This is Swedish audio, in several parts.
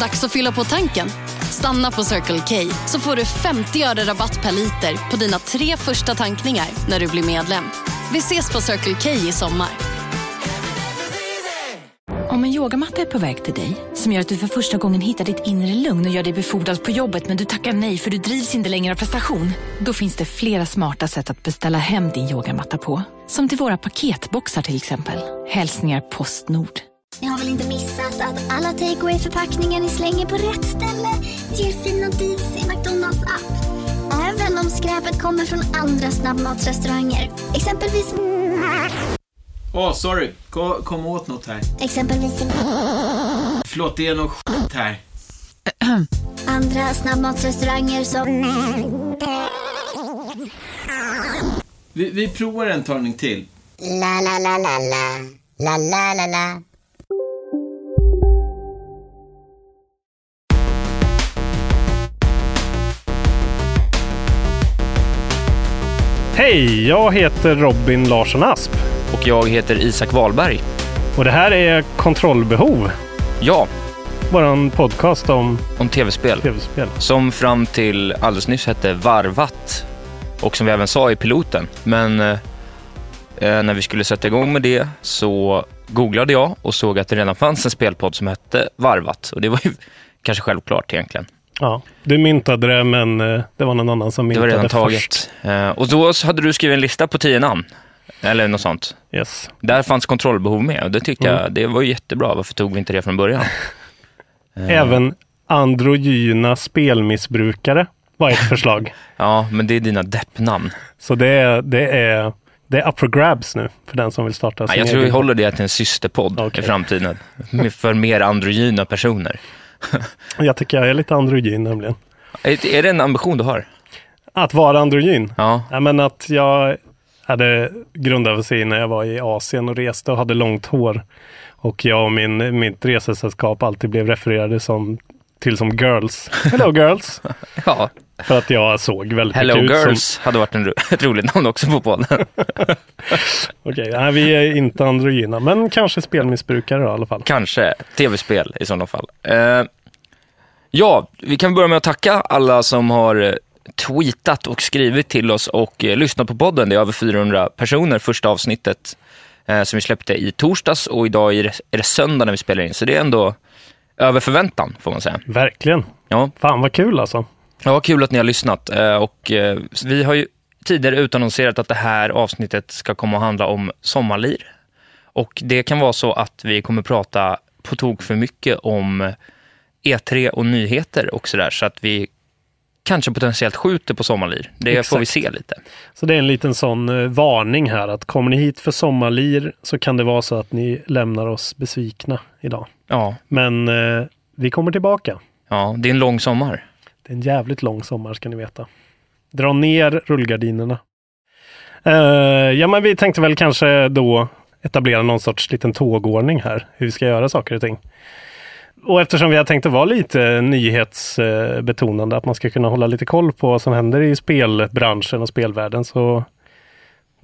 Dags att fylla på tanken. Stanna på Circle K så får du 50 öre rabatt per liter på dina tre första tankningar när du blir medlem. Vi ses på Circle K i sommar. Om en yogamatta är på väg till dig, som gör att du för första gången hittar ditt inre lugn och gör dig befordrad på jobbet men du tackar nej för du drivs inte längre av prestation. Då finns det flera smarta sätt att beställa hem din yogamatta på. Som till våra paketboxar till exempel. Hälsningar Postnord. Ni har väl inte missat att alla takeaway förpackningar ni slänger på rätt ställe ger fina deals i McDonalds app. Även om skräpet kommer från andra snabbmatsrestauranger. Exempelvis... Åh, sorry. Kom, kom åt något här. Exempelvis... Förlåt, det är något skit här. Andra snabbmatsrestauranger som... Vi, vi provar en talning till. La la la la la. La la la la. Hej, jag heter Robin Larsson Asp Och jag heter Isak Wahlberg. och det här är Kontrollbehov, Ja, vår podcast om om tv-spel. tv-spel. Som fram till alldeles nyss hette Varvat. Och som vi även sa i piloten. Men eh, eh, när vi skulle sätta igång med det så googlade jag och såg att det redan fanns en spelpodd som hette Varvat. Och det var ju kanske självklart egentligen. Ja, du myntade det, men eh, det var någon annan som Det myntade var redan först. taget. Eh, och då så hade du skrivit en lista på tio namn. Eller något sånt. Yes. Där fanns kontrollbehov med och det tyckte jag, det var ju jättebra. Varför tog vi inte det från början? Eh. Även androgyna spelmissbrukare var ett förslag. Ja, men det är dina deppnamn. Så det är, det är, det är up for grabs nu för den som vill starta Nej, jag tror vi håller det till en systerpodd Okej. i framtiden. Med- För mer androgyna personer. jag tycker jag är lite androgyn nämligen. Är, är det en ambition du har? Att vara androgyn? Ja. Ja, men att jag hade grundafasi när jag var i Asien och reste och hade långt hår. Och jag och min, mitt resesällskap alltid blev refererade som, till som girls. Hello girls! ja. För att jag såg väldigt Hello mycket ut Girls som... hade varit en ro ett roligt namn också på podden. Okej, nej, vi är inte androgyna, men kanske spelmissbrukare då, i alla fall. Kanske tv-spel i sådana fall. Eh, ja, vi kan börja med att tacka alla som har eh, tweetat och skrivit till oss och eh, lyssnat på podden. Det är över 400 personer, första avsnittet eh, som vi släppte i torsdags och idag är det- är det söndag när vi spelar in. Så det är ändå över förväntan får man säga. Verkligen. Ja. Fan vad kul alltså. Ja, vad kul att ni har lyssnat. Eh, Och eh, vi har ju tidigare utannonserat att det här avsnittet ska komma att handla om sommarlir. Och det kan vara så att vi kommer prata på tok för mycket om E3 och nyheter och sådär, så att vi kanske potentiellt skjuter på sommarlir. Det får vi se lite. Så det är en liten sån eh, varning här att kommer ni hit för sommarlir så kan det vara så att ni lämnar oss besvikna idag. Ja, Men eh, vi kommer tillbaka. ja, det är en lång sommar. Det är en jävligt lång sommar ska ni veta. Dra ner rullgardinerna. Eh, ja, men vi tänkte väl kanske då etablera någon sorts liten tågordning här, hur vi ska göra saker och ting. Och eftersom vi har tänkt att vara lite nyhetsbetonande, att man ska kunna hålla lite koll på vad som händer i spelbranschen och spelvärlden, så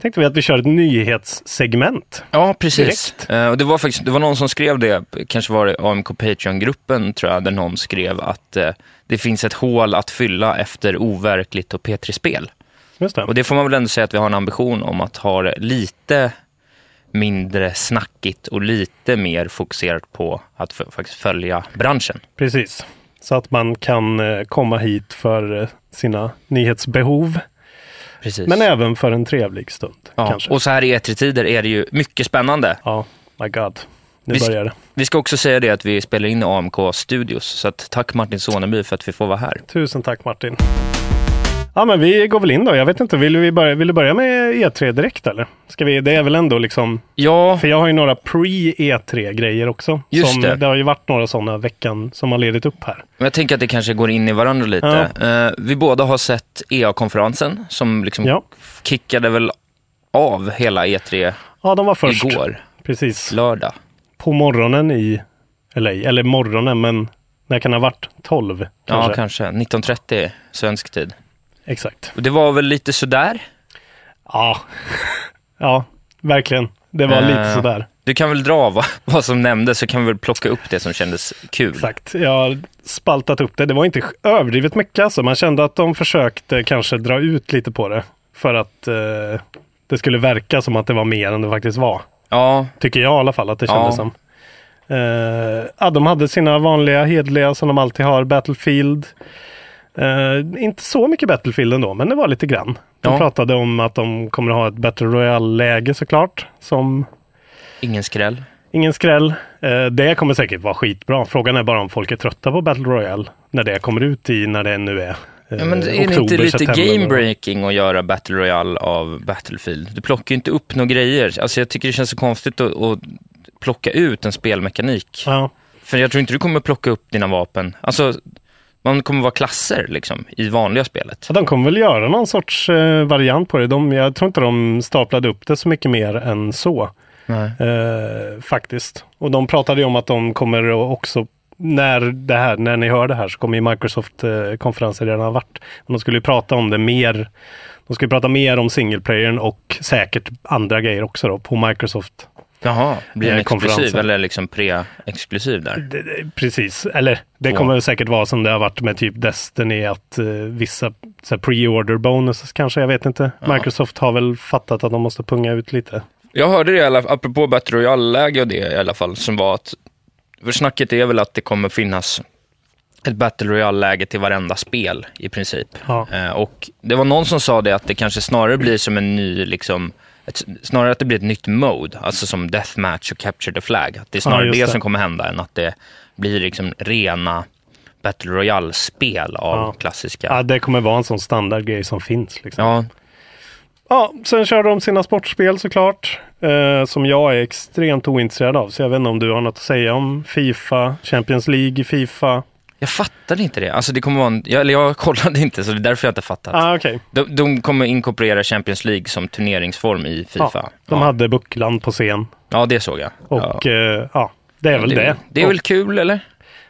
tänkte vi att vi kör ett nyhetssegment. Ja, precis. Eh, och det var faktiskt det var någon som skrev det, kanske var det AMK Patreon-gruppen, tror jag, där någon skrev att eh, det finns ett hål att fylla efter overkligt och P3-spel. Just det. Och det får man väl ändå säga att vi har en ambition om att ha det lite mindre snackigt och lite mer fokuserat på att f- faktiskt följa branschen. Precis, så att man kan eh, komma hit för eh, sina nyhetsbehov, Precis. men även för en trevlig stund. ja. kanske. Och så här i E3-tider är det ju mycket spännande. Ja, my god. Nu Vi- börjar det. Vi ska också säga det att vi spelar in i AMK Studios, så att tack Martin Soneby för att vi får vara här. Tusen tack Martin. Ja, men vi går väl in då. Jag vet inte, vill, vi börja, vill du börja med E3 direkt eller? Ska vi, det är väl ändå liksom, Ja, för jag har ju några pre-E3-grejer också. Just som, det. det har ju varit några sådana veckan som har ledigt upp här. Men Jag tänker att det kanske går in i varandra lite. Eh, vi båda har sett EA-konferensen som liksom Ja. kickade väl av hela E3 Ja, de var först. igår, Precis. lördag. På morgonen i LA, eller morgonen, men när kan det ha varit? 12 kanske? Ja, kanske. 19.30 svensk tid. Exakt. Och det var väl lite sådär. Ja. ja, verkligen. Det var lite Eh, sådär. Du kan väl dra vad, vad som nämndes, så kan vi väl plocka upp det som kändes kul. Exakt. Jag har spaltat upp det. Det var inte överdrivet mycket alltså. Man kände att de försökte kanske dra ut lite på det. För att eh, det skulle verka som att det var mer än det faktiskt var. Ja, Tycker jag i alla fall att det kändes Ja. som. Eh, ja, de hade sina vanliga hederliga som de alltid har, Battlefield. Eh, inte så mycket Battlefield ändå, men det var lite grann. De Ja. pratade om att de kommer att ha ett Battle Royale-läge såklart. Som ingen skräll. ingen skräll. Eh, det kommer säkert vara skitbra. Frågan är bara om folk är trötta på Battle Royale. När det kommer ut i, när det nu är. eh, Ja, men är det inte oktober, lite september någon gång. game-breaking att göra Battle Royale av Battlefield? Du plockar ju inte upp några grejer. Alltså jag tycker det känns så konstigt att, att plocka ut en spelmekanik. Ja. För jag tror inte du kommer plocka upp dina vapen. Alltså, man kommer vara klasser liksom, i vanliga spelet. Ja, de kommer väl göra någon sorts eh, variant på det. De, jag tror inte de staplade upp det så mycket mer än så. Nej. Eh, faktiskt. Och de pratade ju om att de kommer att också, när, det här, när ni hör det här så kommer ju Microsoft-konferensen redan ha varit. Men de skulle ju prata om det mer. De skulle prata mer om single playern och säkert andra grejer också då på Microsoft. Jaha, blir den Eh, exklusiv konferensen. eller liksom pre-exklusiv där? Det- det- Precis, eller det Ja. kommer säkert vara som det har varit med typ Destiny att eh, vissa så här pre-order bonuses kanske, jag vet inte. Microsoft har väl fattat att de måste punga ut lite. Jag hörde det i alla, apropå Battle Royale-läge och det i alla fall, som var att för snacket är väl att det kommer finnas ett Battle Royale-läge till varenda spel i princip. Ja. Eh, och det var någon som sa det att det kanske snarare blir som en ny, liksom, ett, snarare att det blir ett nytt mode, alltså som Deathmatch och Capture the Flag. Att det är snarare Ja, just det, det. som kommer hända än att det blir liksom rena Battle Royale-spel av Ja. klassiska... Ja, det kommer vara en sån standardgrej som finns. Liksom. Ja, Ja, sen kör de sina sportspel såklart. Eh, som jag är extremt ointresserad av. Så jag vet inte om du har något att säga om Fifa, Champions League i Fifa. jag fattade inte det. Alltså det kommer vara en, jag, eller jag kollade inte, så det är därför jag inte fattat. Ah, okej. De, de kommer inkorporera Champions League som turneringsform i Fifa. Ja, Ja, de hade Buckland på scen. ja det såg jag. ja. Och ja, ja det är väl det. det, är väl kul, eller?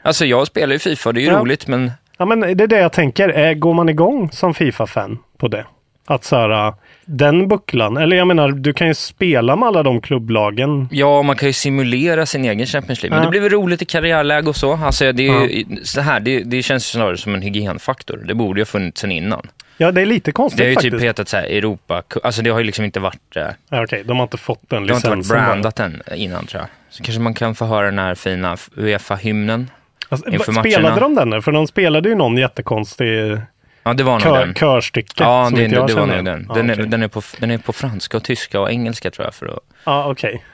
Alltså, jag spelar ju Fifa, det är ju Ja. roligt, men Ja, men det är det jag tänker. Eh, Går man igång som Fifa-fan på det? Att så här, eh, den bucklan, eller jag menar, du kan ju spela med alla de klubblagen. ja, man kan ju simulera sin egen Champions League. Men Ja. det blir väl roligt i karriärläge och så. Alltså, det, är ju, så här, det, det känns ju snarare som en hygienfaktor. Det borde ju ha funnits sen innan. Ja, det är lite konstigt Det har ju faktiskt. typ hetat så här, Europa... Alltså, det har ju liksom inte varit... eh, Ja, Okej, de har inte fått den Det har inte varit licensen. bara. brandat än innan, tror jag. Så kanske man kan få höra den här fina Uefa-hymnen. Alltså, inför va- spelade matcherna. de den? där? För de spelade ju någon jättekonstig Ja, det var nog kör, den. körstycke. Ja, som det, inte det, jag det var känner nog igen. den. Ja, Den är, okej. den, är på, den är på franska, och tyska och engelska tror jag för att Ja, okej.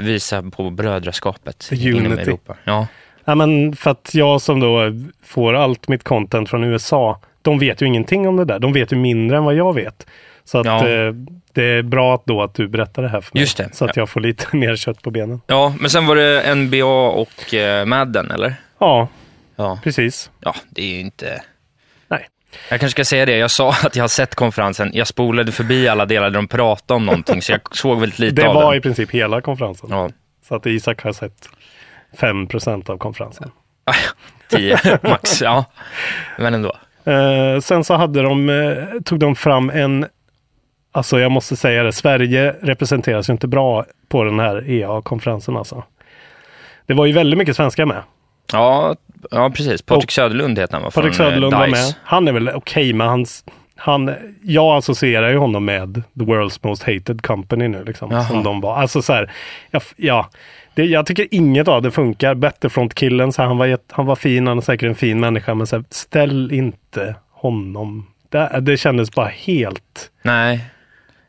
visa på brödraskapet inom Unity. Europa. Ja. Ja, men för att jag som då får allt mitt content från USA, de vet ju ingenting om det där. De vet ju mindre än vad jag vet. Så att Ja. eh, det är bra att då att du berättar det här för mig. Just det. Så att jag får lite mer kött på benen. ja, men sen var det NBA och eh, Madden, eller? Ja, Ja. precis. ja, det är ju inte... Nej. Jag kanske ska säga det, jag sa att jag har sett konferensen, jag spolade förbi alla delar där de pratade om någonting, så jag såg väldigt lite Det av var den. i princip hela konferensen. Ja, Så att Isak har sett 5 av konferensen. tio max, ja. Men ändå. Eh, sen så hade de, eh, tog de fram en, alltså jag måste säga det, Sverige representeras ju inte bra på den här EA-konferensen alltså. Det var ju väldigt mycket svenska med. Ja, ja precis. Patrik Söderlund heter han, va? Patrik Från, eh, Söderlund var DICE. med. Han är väl okej, men hans, han, jag associerar ju honom med the world's most hated company nu, liksom, Jaha. som de var. Alltså så här, jag, ja, det, jag tycker inget av det funkar. Battlefront-killen, så här, han, var, jätte- han var fin, han är säkert en fin människa, men så här, ställ inte honom. Det, det kändes bara helt... Nej.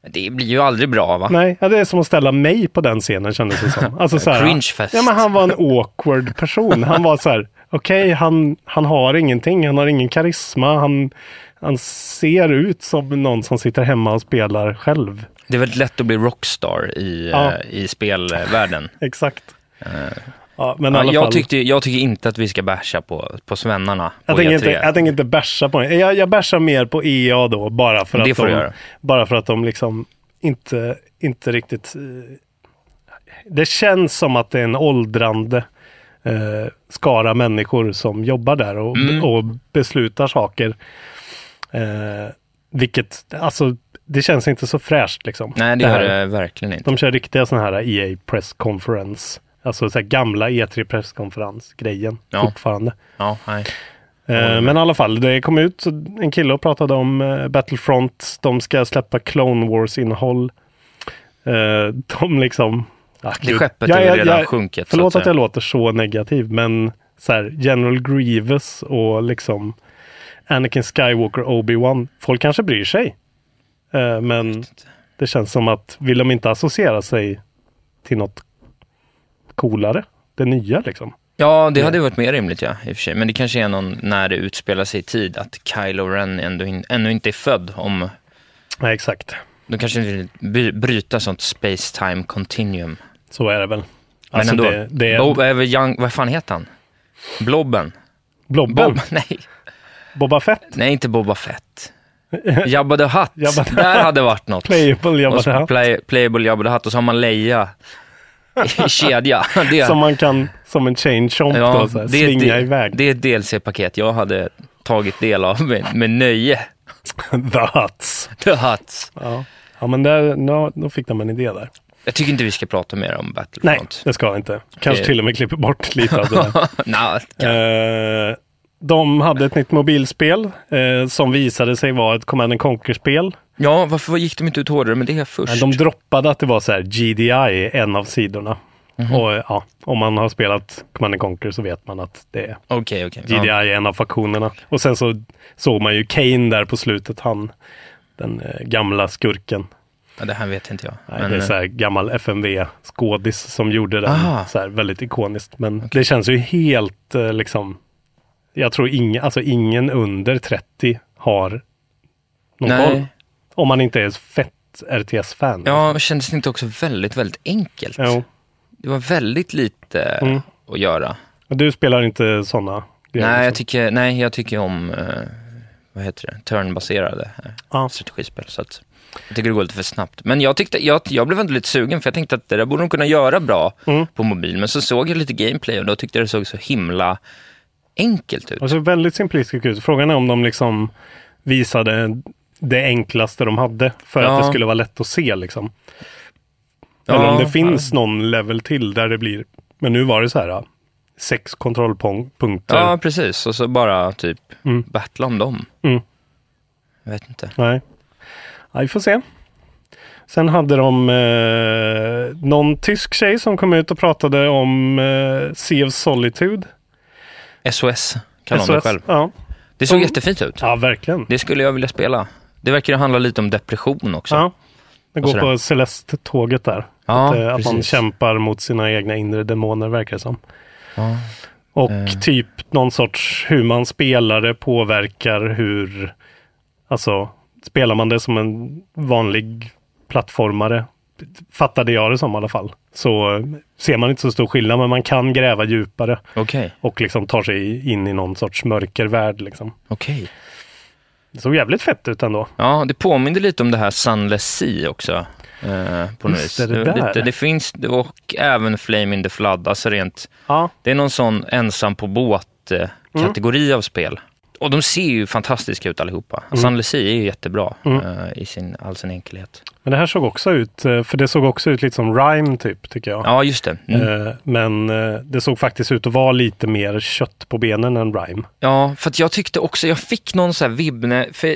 Det blir ju aldrig bra, va? Nej, ja, det är som att ställa mig på den scenen kändes det som. Alltså, så här, Cringefest. Ja, men han var en awkward person. Han var så här, okej, han, han har ingenting, han har ingen karisma, han, han ser ut som någon som sitter hemma och spelar själv. Det är väldigt lätt att bli rockstar i, Ja. eh, i spelvärlden. Exakt. Ja, men i Ja, alla jag, fall, tyckte, jag tycker inte att vi ska basha på, på svennarna jag, på E tänker E3. inte, jag tänker inte basha på det. Jag, jag bashar mer på EA då, bara för, Det att får du de, göra. bara för att de liksom inte, inte riktigt... eh, Det känns som att det är en åldrande eh, skara människor som jobbar där och, Mm. och beslutar saker. Eh, vilket, alltså, det känns inte så fräscht liksom. Nej, det gör här. det verkligen inte. De kör riktiga sådana här EA Press Conference. Alltså så här gamla E3 presskonferens-grejen Ja. fortfarande. Ja, nej. Eh, men i alla fall, det kom ut en kille och pratade om eh, Battlefront. De ska släppa Clone Wars-innehåll. Eh, de liksom... Ah, Det gud. skeppet Jag är ju jag- redan jag- sjunket. så eh, Förlåt säga. att jag låter så negativ, men så här, General Grievous och liksom Anakin Skywalker, Obi-Wan. Folk kanske bryr sig. Eh, men det känns som att vill de inte associera sig till något coolare, det nya liksom. Ja, det hade ju varit mer rimligt ja, i och för sig. Men det kanske är någon när det utspelar sig i tid, att Kylo Ren ändå, in, ännu inte är född. Om, Nej, exakt. de kanske inte vill by- bryta sånt space-time continuum. Så är det väl. Men Alltså, ändå, det, det är Bob, är väl young, vad fan heter han? Blobben? Blobben. Bob, nej, Boba Fett. nej, inte Boba Fett. Jabba the Hutt, Jabba the där hade varit något. Playable Jabba och the så Hutt. play, Playable Jabba the Hutt och så har man Leia i kedja. Det, Som man kan, som en chain chomp då, så här, är ett svinga del- iväg. Det är ett DLC-paket jag hade tagit del av med, med nöje. The Huts. The Hutt. Ja. ja, men där, nå, då fick de en idé där. Jag tycker inte vi ska prata mer om Nej, Battlefront. det ska jag inte. Kanske Okej. till och med klipper bort lite av det där. Nej. Eh, de hade ett nytt mobilspel eh, som visade sig vara ett Command Conquer-spel. ja, varför gick de inte ut hårdare med det först? Men De droppade att det var så här GDI, en av sidorna. Mhm. Och eh, ja, om man har spelat Command Conquer så vet man att det är Okej, okej. GDI Ja. är en av faktionerna. Och sen så såg man ju Kane där på slutet, han, den eh, gamla skurken. Ja, det här vet inte jag. Nej, Men, det är eh, så här gammal FMV-skådis som gjorde den Ah. så här väldigt ikoniskt. Men det känns ju helt eh, liksom, jag tror ingen, alltså ingen under 30 har någon eh, Nej. koll. Om man inte är fett RTS-fan. Ja, men kändes det inte också väldigt, väldigt enkelt? Jo. Det var väldigt lite eh, Mm. att göra. Men Du spelar inte sådana grejer? Nej, jag liksom? tycker, nej, jag tycker om, eh, vad heter det, turnbaserade eh, Ja. strategispel. Så att jag tycker det går lite för snabbt. Men jag, tyckte, jag, jag blev ändå lite sugen, för jag tänkte att det där borde de kunna göra bra Mm. på mobil. Men så såg jag lite gameplay och då tyckte jag det såg så himla enkelt ut. Alltså väldigt simplistiskt ut. Frågan är om de liksom visade det enklaste de hade för Ja. att det skulle vara lätt att se liksom. Ja, Eller om det finns någon level till där det blir, men nu var det så här ja, sex kontrollpunkter. Ja, precis. Och så bara typ battla om dem. Mm. Jag vet inte. Nej. Ja, vi får se. Sen hade de eh, någon tysk tjej som kom ut och pratade om eh, Sea of Solitude. SOS kallar hon det SOS. själv. Ja. Det såg Mm. jättefint ut. ja, verkligen. Det skulle jag vilja spela. Det verkar ju handla lite om depression också. Ja. Det Och går sådär. på Celeste-tåget där. Ja, att, eh, att man precis. kämpar mot sina egna inre demoner verkar det som. Och typ någon sorts hur man spelar det påverkar hur, alltså spelar man det som en vanlig plattformare, fattade jag det som i alla fall, så eh, ser man inte så stor skillnad men man kan gräva djupare Okej, och liksom tar sig in i någon sorts mörkervärld liksom. okej. Det såg jävligt fett ut ändå. Ja, det påminner lite om det här Sunless Sea också. Eh, på något Just vis. det, det var där. lite, det finns, och även Flame in the Flood, alltså rent, Ja, det är någon sån ensam på Mm. båt-kategori av spel. Och de ser ju fantastiska ut allihopa. Mm. Sunless Sea är ju jättebra eh, i sin, all sin enkelhet. men det här såg också ut, eh, för det såg också ut lite som Rhyme typ, tycker jag. Ja, just det. Mm. Eh, Men eh, det såg faktiskt ut att vara lite mer kött på benen än Rhyme. Ja, för att jag tyckte också, jag fick någon så här vibb, när- för,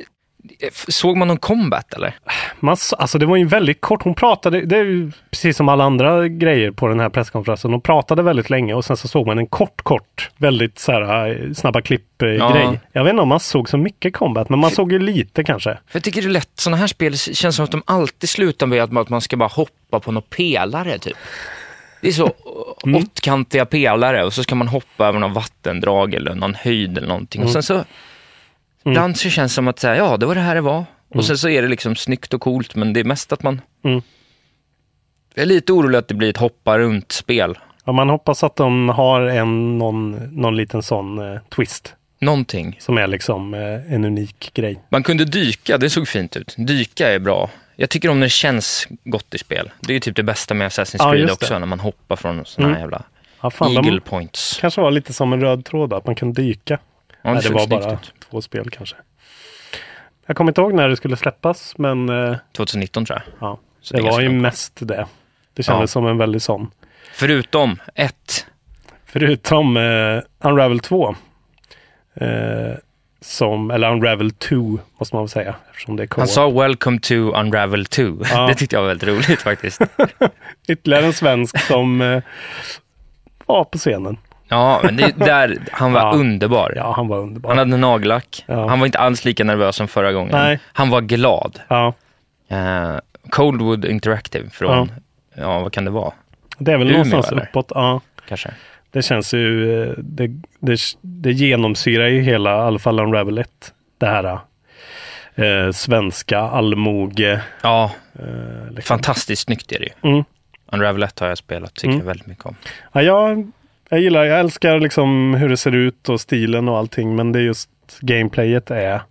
f- såg man någon combat eller? Man, s- alltså det var ju väldigt kort, hon pratade, det är ju precis som alla andra grejer på den här presskonferensen, hon pratade väldigt länge och sen så såg man en kort, kort, väldigt så här eh, snabba klipp-grej. Ja. Jag vet inte om man såg så mycket combat, men man såg ju lite kanske. För jag tycker det är lätt, sådana här spel känns som att de alltid slutar med att att man ska bara hoppa på några pelare typ. Det är så mm. åttkantiga pelare och så ska man hoppa över någon vattendrag eller någon höjd eller någonting. Och sen så, ibland så känns det som att så här, ja det var det här det var. Och sen så är det liksom snyggt och coolt men det är mest att man... Mm. Jag är lite orolig att det blir ett hoppa runt-spel. Ja, man hoppas att de har en, någon, någon liten sån eh, twist Någonting. som är liksom eh, en unik grej. Man kunde dyka, det såg fint ut. Dyka är bra. Jag tycker om när det känns gott i spel. Det är ju typ det bästa med Assassin's Ja, Creed just också, det. när man hoppar från såna här jävla Ja, fan, eagle de points. kanske var lite som en röd tråd, att man kan dyka. Ja, det, Nej, det såg var snyggt bara ut. två spel kanske. Jag kommer inte ihåg när det skulle släppas, men eh, 2019 tror jag. ja, Så det det är var ganska ju långt. mest det. Det kändes Ja. som en väldigt sån. Förutom ett. Förutom eh, Unravel 2. Eh, som, eller Unravel 2 måste man väl säga. Eftersom det är Han co-op. sa “Welcome to Unravel 2”. Ja. Det tyckte jag var väldigt roligt faktiskt. Ytterligare en svensk som eh, var på scenen. Ja, men det, där, han var Ja. underbar. Ja, han var underbar. Han hade nagellack. Ja. Han var inte alls lika nervös som förra gången. Nej. Han var glad. Ja, Eh, Coldwood Interactive från, ja. vad kan det vara? det är väl Umeå, någonstans eller? uppåt. Ja. Kanske. Det känns ju, eh, det, det, det genomsyrar ju hela, i alla fall Unravel 1, det här eh, svenska allmoge. Ja, Eh, liksom. fantastiskt snyggt är det ju. Mm. Unravel 1 har jag spelat, tycker Mm. jag väldigt mycket om. ja, jag, jag gillar, jag älskar liksom hur det ser ut och stilen och allting, men det är just gameplayet är,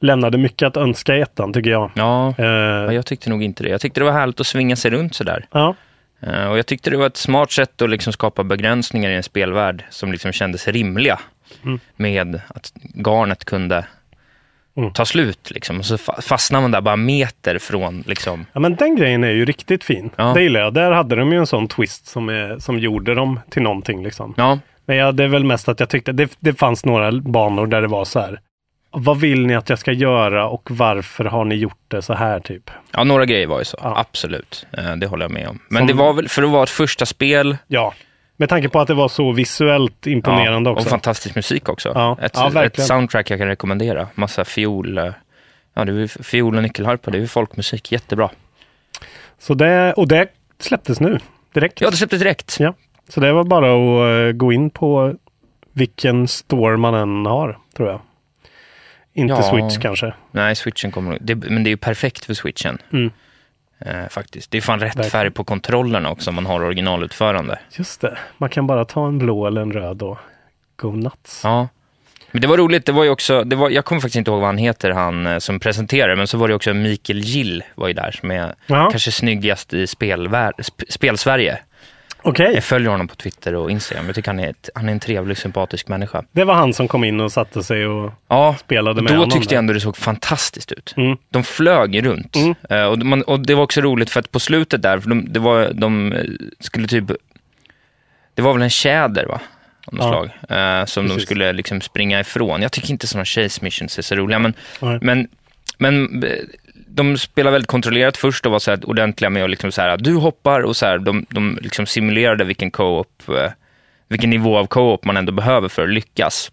lämnade mycket att önska i ettan tycker jag. Ja, ja, Eh, jag tyckte nog inte det. Jag tyckte det var härligt att svinga sig runt sådär. ja, Eh, och jag tyckte det var ett smart sätt att liksom skapa begränsningar i en spelvärld som liksom kändes rimliga. Med att garnet kunde Mm. ta slut liksom. Och så fa- fastnar man där bara meter från liksom ja, men den grejen är ju riktigt fin. Ja. Det gillar jag. Där hade de ju en sån twist som, är, som gjorde dem till någonting liksom. Ja, Men ja, det är väl mest att jag tyckte det, det fanns några banor där det var så här. Vad vill ni att jag ska göra och varför har ni gjort det så här typ? ja några grejer var ju så. Ja. Absolut, Eh, det håller jag med om. Men Som- det var väl, för att vara ett första spel, Ja, med tanke på att det var så visuellt imponerande ja, och också. fantastisk musik också. Ja. Ett, Ja, verkligen. ett soundtrack jag kan rekommendera. Massa fiol, eh, ja, det är ju fiol och nyckelharpa, det är ju folkmusik, jättebra. så det, och det släpptes nu direkt. Ja, det släpptes direkt. Ja. Så det var bara att eh, gå in på vilken store man än har, tror jag. Inte Ja. Switch kanske. Nej, switchen kommer det, Men det är ju perfekt för switchen. Mm. Eh, faktiskt. Det är fan rätt Verkligen. färg på kontrollerna också om man har originalutförande. Just det, man kan bara ta en blå eller en röd och go nuts. Ja. Men det var roligt, det var ju också, det var, jag kommer faktiskt inte ihåg vad han heter, han eh, som presenterade, men så var det också Mikael Gill var ju där, som är Ja. kanske snyggast i spelvär- sp- spelsverige. Okej, Jag följer Eh, honom på Twitter och Instagram, jag tycker han är, ett, han är en trevlig, sympatisk människa. det var han som kom in och satte sig och Ja, Spelade och med då honom tyckte där. jag ändå det såg fantastiskt ut. Mm. De flög runt. Eh, och, man, och det var också roligt för att på slutet där, för de, det var, de eh, skulle typ, det var väl en tjäder va? Av något Ja. slag, eh, som de Precis. skulle liksom springa ifrån. Jag tycker inte sådana chase missions är så roliga, men, Nej. men, men eh, de spelar väldigt kontrollerat först och var så här ordentliga med att liksom så här, du hoppar och så här, de, de liksom simulerade vilken co-op, eh, vilken nivå av co-op man ändå behöver för att lyckas.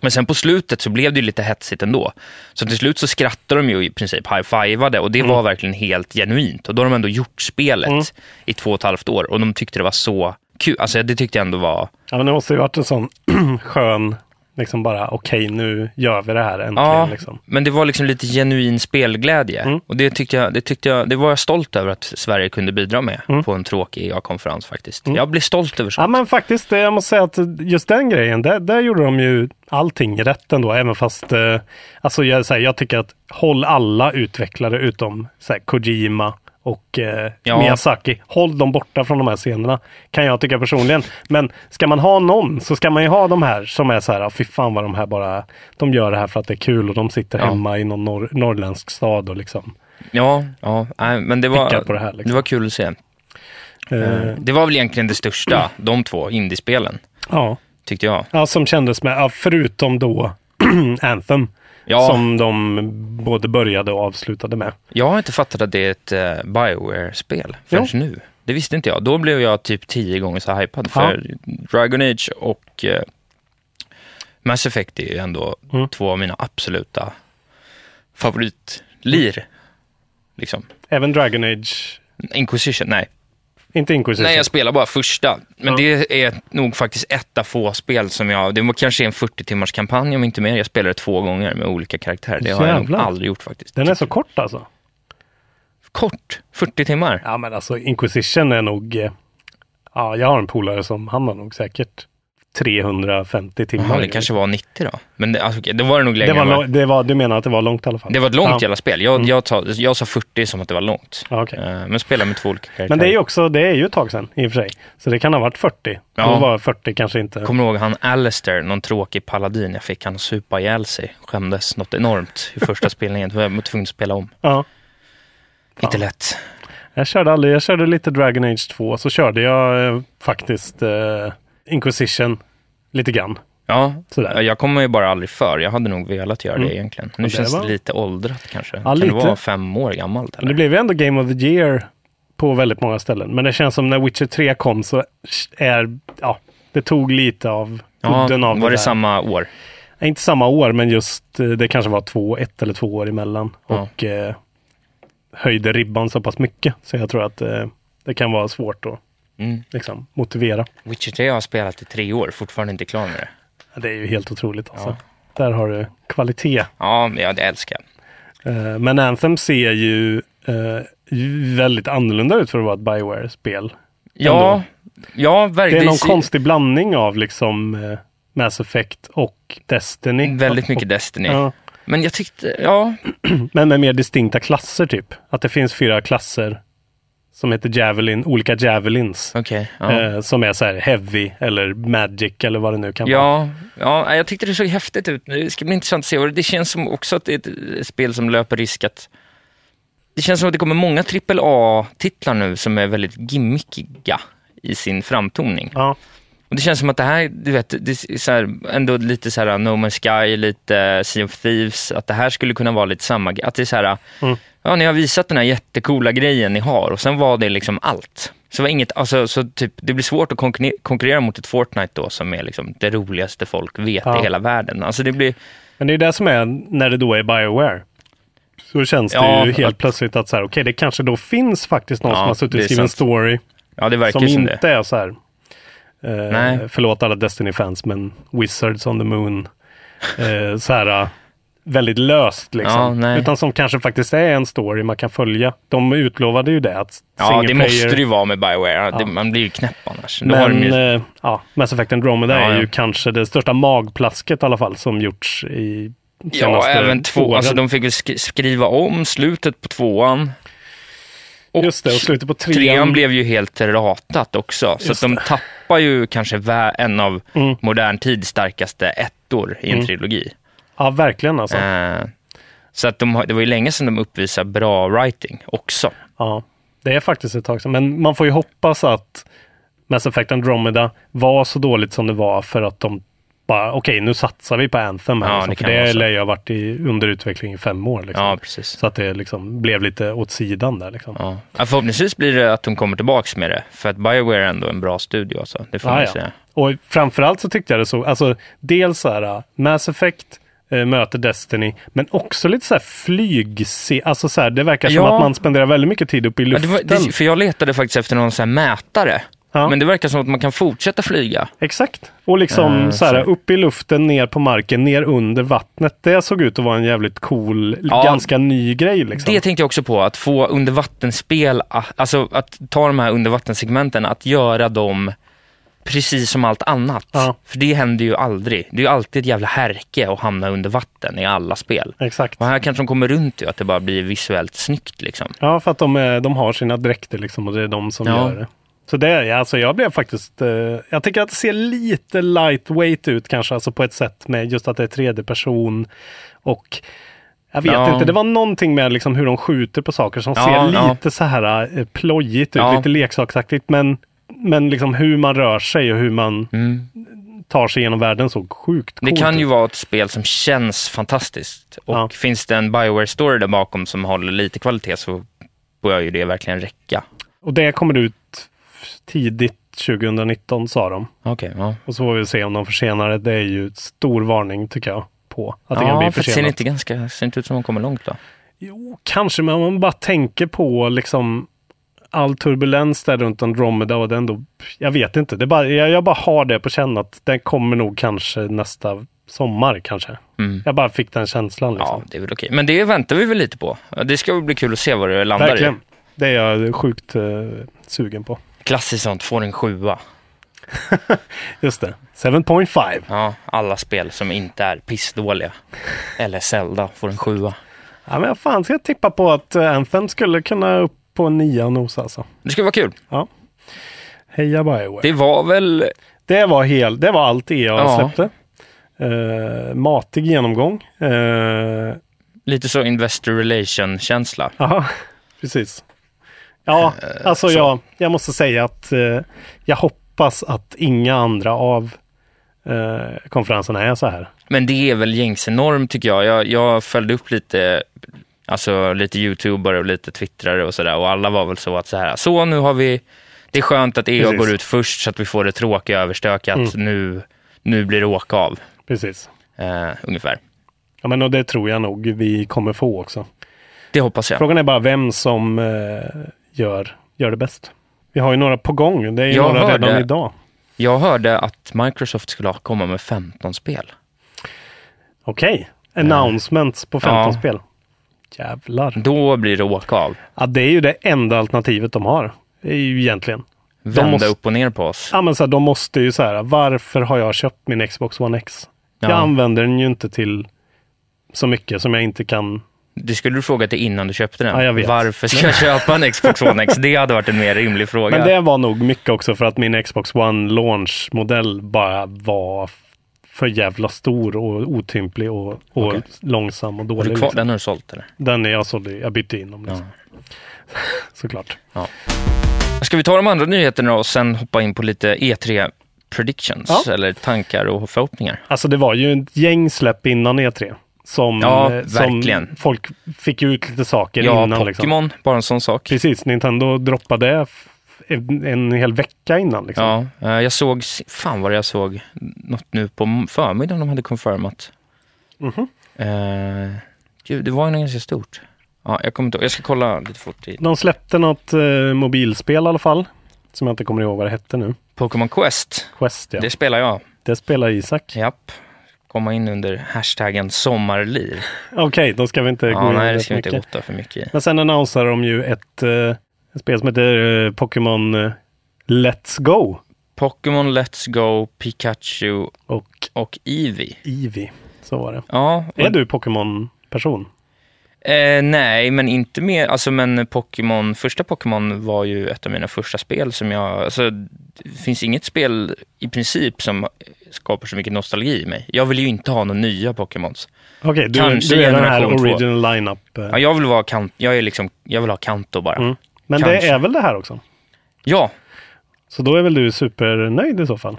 Men sen på slutet så blev det ju lite hetsigt ändå. Så till slut så skrattade de ju i princip high-fivade och det var verkligen helt genuint. Och då har de ändå gjort spelet i två och ett halvt år och de tyckte det var så kul. Alltså det tyckte jag ändå var... Ja, men det måste ju varit en sån skön, liksom bara okej, nu gör vi det här äntligen. Ja, Liksom. Mm. men det var liksom lite genuin spelglädje. Och det tyckte, jag, det tyckte jag, det var jag stolt över att Sverige kunde bidra med på en tråkig EA-konferens faktiskt. Jag blir stolt över Mm. ja, sånt. men faktiskt, det- jag måste säga att just den grejen, där, där gjorde de ju allting rätt ändå, även fast, eh, alltså jag, så här, jag tycker att håll alla utvecklare utom så här, Kojima och eh, Ja. Miyazaki, håll dem borta från de här scenerna, kan jag tycka personligen. Men ska man ha någon så ska man ju ha de här som är så här, ah, fy fan vad de här bara, de gör det här för att det är kul och de sitter Ja. hemma i någon norr, norrländsk stad och liksom Ja, ja nej, men det Pickar var, på det här, liksom. det var kul att se. eh, Det var väl egentligen det största, de två indiespelen, Ja. tyckte jag. ja, som kändes med, ja, förutom då Anthem. Ja. Som de både började och avslutade med. Jag har inte fattat att det är ett eh, Bioware-spel förrän nu. Det visste inte jag. Då blev jag typ tio gånger så hypad. För Dragon Age och eh, Mass Effect är ju ändå Mm. två av mina absoluta favoritlir. Liksom. Även Dragon Age, Inquisition, nej. inte Inquisition. Nej, jag spelar bara första. Men Ja. det är nog faktiskt ett av få spel som jag... Det var kanske en 40-timmars kampanj om inte mer. Jag spelade två gånger med olika karaktärer. Det har jag nog Jävlar. aldrig gjort faktiskt. Typ Den är så kort alltså. Kort, 40 timmar. Ja, men alltså Inquisition är nog, eh, ja, jag har en polare som, han har nog säkert 350 timmar. Jaha, det kanske var 90 då. Men det, alltså, okej, det var det nog det längre. var, än vad- lång- det var, du menar att det var långt i alla fall? det var ett långt ja. Mm. jävla spel. Jag, jag, ta, jag sa 40 som att det var långt. Ja, okej. Eh, Men spela med två olika karaktärer. Men det är ju också, det är ju ett tag sedan i och för sig. Så det kan ha varit 40. Ja. Då var 40 kanske inte. Kommer du ihåg han Alistair, någon tråkig paladin jag fick han att supa ihjäl sig. Skämdes något enormt i första spelningen. Jag var tvungen att spela om. Ja. Inte lätt. Jag körde aldrig, jag körde lite Dragon Age 2, så körde jag eh, faktiskt eh, Inquisition lite grann. Ja, eh, Sådär. Mm. jag kommer ju bara aldrig för. Jag hade nog velat göra det egentligen. Nu det känns det var- lite åldrat kanske. Ja, kan lite. det vara fem år gammalt? Men det Eller? blev ju ändå Game of the Year på väldigt många ställen. Men det känns som när Witcher 3 kom så är, ja, det tog lite av Ja, udden av var det där. det samma år? Nej, Inte samma år, men just eh, det kanske var två, ett eller två år emellan. Ja. Och eh, höjde ribban så pass mycket. Så jag tror att eh, det kan vara svårt att Mm. liksom, motivera. Witcher 3 har jag spelat i tre år, fortfarande inte klar med det. Ja, Det är ju helt otroligt alltså. Där har du kvalitet. Ja, men jag det älskar jag. Eh, men Anthem ser ju eh, ju väldigt annorlunda ut för att vara ett Bioware-spel. Ja, Ändå. ja Det verkligen. är någon konstig blandning av liksom eh, Mass Effect och Destiny. Väldigt Och- mycket Destiny. Ja, Men jag tyckte, ja, men med mer distinkta klasser typ. Att det finns fyra klasser som heter Javelin, olika Javelins. okej. ja. Eh, som är så här heavy eller magic eller vad det nu kan vara. Ja, ja, jag tyckte det såg häftigt ut. Det ska bli intressant att se. Och det känns som också att det är ett eh, spel som löper risk att... Det känns som att det kommer många AAA-titlar nu som är väldigt gimmickiga i sin framtoning. Ja, Och det känns som att det här, du vet, det är så här, ändå lite så här No Man's Sky, lite Sea of Thieves, att det här skulle kunna vara lite samma grej. Att det är så här, Mm. ja ni har visat den här jättecoola grejen ni har och sen var det liksom allt. Så var inget, alltså, så typ, det blir svårt att konkurre- konkurrera mot ett Fortnite då som är liksom det roligaste folk vet Ja. i hela världen. Alltså det blir, Men det är det som är när det då är Bioware. Så känns Ja, det ju helt att- plötsligt att så här, okej, det kanske då finns faktiskt någon Ja, som har det suttit är och skrivit en sant. story ja det verkar som som, som inte det. är så här. Eh, Nej. Förlåt alla Destiny-fans, men Wizards on the Moon. Eh, så här eh, väldigt löst Ja, liksom. nej. Utan som kanske faktiskt är en story man kan följa. De utlovade ju det. Att Ja, det single måste player- det ju vara med Bioware. Det, man blir ju knäpp annars. Då har de men ju, eh, ja, Mass Effect Andromeda Ja, är ju ja. kanske det största magplasket i alla fall som gjorts i ja, senaste även två, åren. alltså de fick väl sk- skriva om slutet på tvåan. Och Just det, och slutet på trean. Trean blev ju helt ratat också, så att de tappar ju kanske vä- en av Mm. modern tids starkaste ettor i en trilogi. Ja, verkligen alltså. Eh, så att de, har- det var ju länge sedan de uppvisade bra writing också. Ja, det är faktiskt ett tag sedan. Men man får ju hoppas att Mass Effect Andromeda var så dåligt som det var för att de bara, okej, nu satsar vi på Anthem här. Ja, liksom, det för kan vara det så. lär ju ha varit i, under utveckling i fem år. Liksom. Ja, precis. Så att det liksom blev lite åt sidan där. Liksom. Ja. Ja, förhoppningsvis blir det att de kommer tillbaks med det, för att Bioware är ändå en bra studio. Alltså. Det får man Ah, ju ja. säga. Och framförallt så tyckte jag det så, alltså dels så här äh, Mass Effect äh, möter Destiny, men också lite så här flyg, alltså så här, det verkar som Ja. att man spenderar väldigt mycket tid uppe i Ja, luften. det var, det, för jag letade faktiskt efter någon sån här mätare, Ja. men det verkar som att man kan fortsätta flyga. Exakt. Och liksom Eh, så här, så- upp i luften, ner på marken, ner under vattnet. Det såg ut att vara en jävligt cool, Ja, ganska ny grej liksom. Det tänkte jag också på, att få undervattensspel, a- alltså att ta de här undervattenssegmenten, att göra dem precis som allt annat. Ja. För det händer ju aldrig. Det är ju alltid ett jävla härke att hamna under vatten i alla spel. Exakt. Och här kanske de kommer runt ju, att det bara blir visuellt snyggt liksom. Ja, för att de, är, de har sina dräkter liksom och det är de som Ja. gör det. Så det, är- alltså jag blev faktiskt, eh, jag tycker att det ser lite lightweight ut kanske, alltså på ett sätt med just att det är tredje person och jag vet Ja. inte, det var någonting med liksom hur de skjuter på saker som Ja, ser ja. lite så här eh, plojigt ut, Ja. lite leksaksaktigt, men, men liksom hur man rör sig och hur man tar sig genom världen såg sjukt Mm. Det coolt kan ju ut. vara ett spel som känns fantastiskt. Och Ja. finns det en Bioware-story där bakom som håller lite kvalitet så börjar ju det verkligen räcka. Och det kommer ut tidigt 2019 sa de. Okej, ja. Och så får vi se om de försenar det. Det är ju ett stor varning tycker jag på att det kan ja, bli för det ser försenat. inte, ganska, ser inte ut som att de kommer långt då. Jo, kanske, men om man bara tänker på liksom all turbulens där runt Andromeda och den då, jag vet inte, det är bara, jag, jag bara har det på känn att den kommer nog kanske nästa sommar kanske. Mm. Jag bara fick den känslan liksom. Ja, det är väl okej. Men det väntar vi väl lite på. Det ska väl bli kul att se vad det landar Verkligen. i. Det är jag sjukt eh, sugen på. Klassiskt sånt, får en sjua. Just det, 7.5. Ja, alla spel som inte är pissdåliga. Eller Zelda får en sjua. Ja, men jag fan ska jag tippa på att eh, Anthem skulle kunna upp på en nia och nosa alltså. Det skulle vara kul. Ja. Heja Bioware. Det Det, var väl... var hel, det var allt EA Ja. släppte. Eh, matig genomgång. Eh, Lite så investor relation-känsla. Aha, precis. Ja, alltså Eh, så. jag, jag måste säga att eh, jag hoppas att inga andra av eh, konferenserna är så här. Men det är väl gängse norm tycker jag. jag. Jag följde upp lite, alltså lite youtubare och lite twittrare och sådär och alla var väl så att så här, så nu har vi, det är skönt att EA Precis. Mm. går ut först så att vi får det tråkiga överstökat, nu, nu blir det åka av, Precis. eh, ungefär. Ja, men och det tror jag nog vi kommer få också. Det hoppas jag. Frågan är bara vem som eh, gör, gör det bäst. Vi har ju några på gång. Det är ju Jag några hörde- redan idag. Jag hörde att Microsoft skulle ha- komma med 15 spel. Okej, announcements Eh. på 15 spel. Jävlar. Då blir det åka av. Ja, det är ju det enda alternativet de har. Det är ju egentligen. Vända måste- upp och ner på oss. Ja, men så här, de måste ju så här, varför har jag köpt min Xbox One X? Ja. Jag använder den ju inte till så mycket som jag inte kan. Det skulle du fråga till innan du köpte den. Ja, jag vet. Varför ska jag köpa en Xbox One X? Det hade varit en mer rimlig fråga. Men det var nog mycket också för att min Xbox One launch-modell bara var f- för jävla stor och otymplig och, och Okej. långsam och Har dålig. du kvar, liksom. den har du sålt eller? Den är jag sålde, jag bytte in dem liksom. Såklart. Ska vi ta de andra nyheterna då och sen hoppa in på lite E3 predictions Ja. eller tankar och förhoppningar? Alltså det var ju ett gäng släpp innan E3. Som, Ja, eh, som verkligen. folk fick ut lite saker Ja, innan. Liksom. Pokémon, bara en sån sak. Precis, Nintendo droppade f- en, en hel vecka innan. Liksom. Ja, eh, jag såg, fan vad jag såg något nu på m- förmiddagen de hade confirmat. Mhm. Eh, gud, det var ju något ganska stort. Ja, jag kommer inte ihåg. jag ska kolla lite fort. i- De släppte något eh, mobilspel i alla fall. Som jag inte kommer ihåg vad det hette nu. Pokémon Quest, Quest ja. det Det, spelar jag. spelar Isak. Japp. Komma in under hashtaggen sommarlir. Okej, då ska vi inte gå Ja, in nej, i det det ska så vi inte mycket. gotta för mycket i. Men sen annonserade de ju ett, eh, ett spel som heter eh, Pokémon eh, Let's Go Pokémon Let's Go, Pikachu och och Eevee. Eevee. Så var det. Ja, och Är du Pokémon-person? Eh, nej, men inte mer. Alltså, men Pokémon, första Pokémon var ju ett av mina första spel som jag... Alltså, det finns inget spel i princip som skapar så mycket nostalgi i mig. Jag vill ju inte ha några nya Pokémons. Okej, du, Kanske du är den här generation två. original lineup. Eh. Ja, jag vill vara kan, jag är liksom, jag vill ha Kanto bara. Mm. Men det kanske. är väl det här också? Ja, Så då är väl du supernöjd i så fall?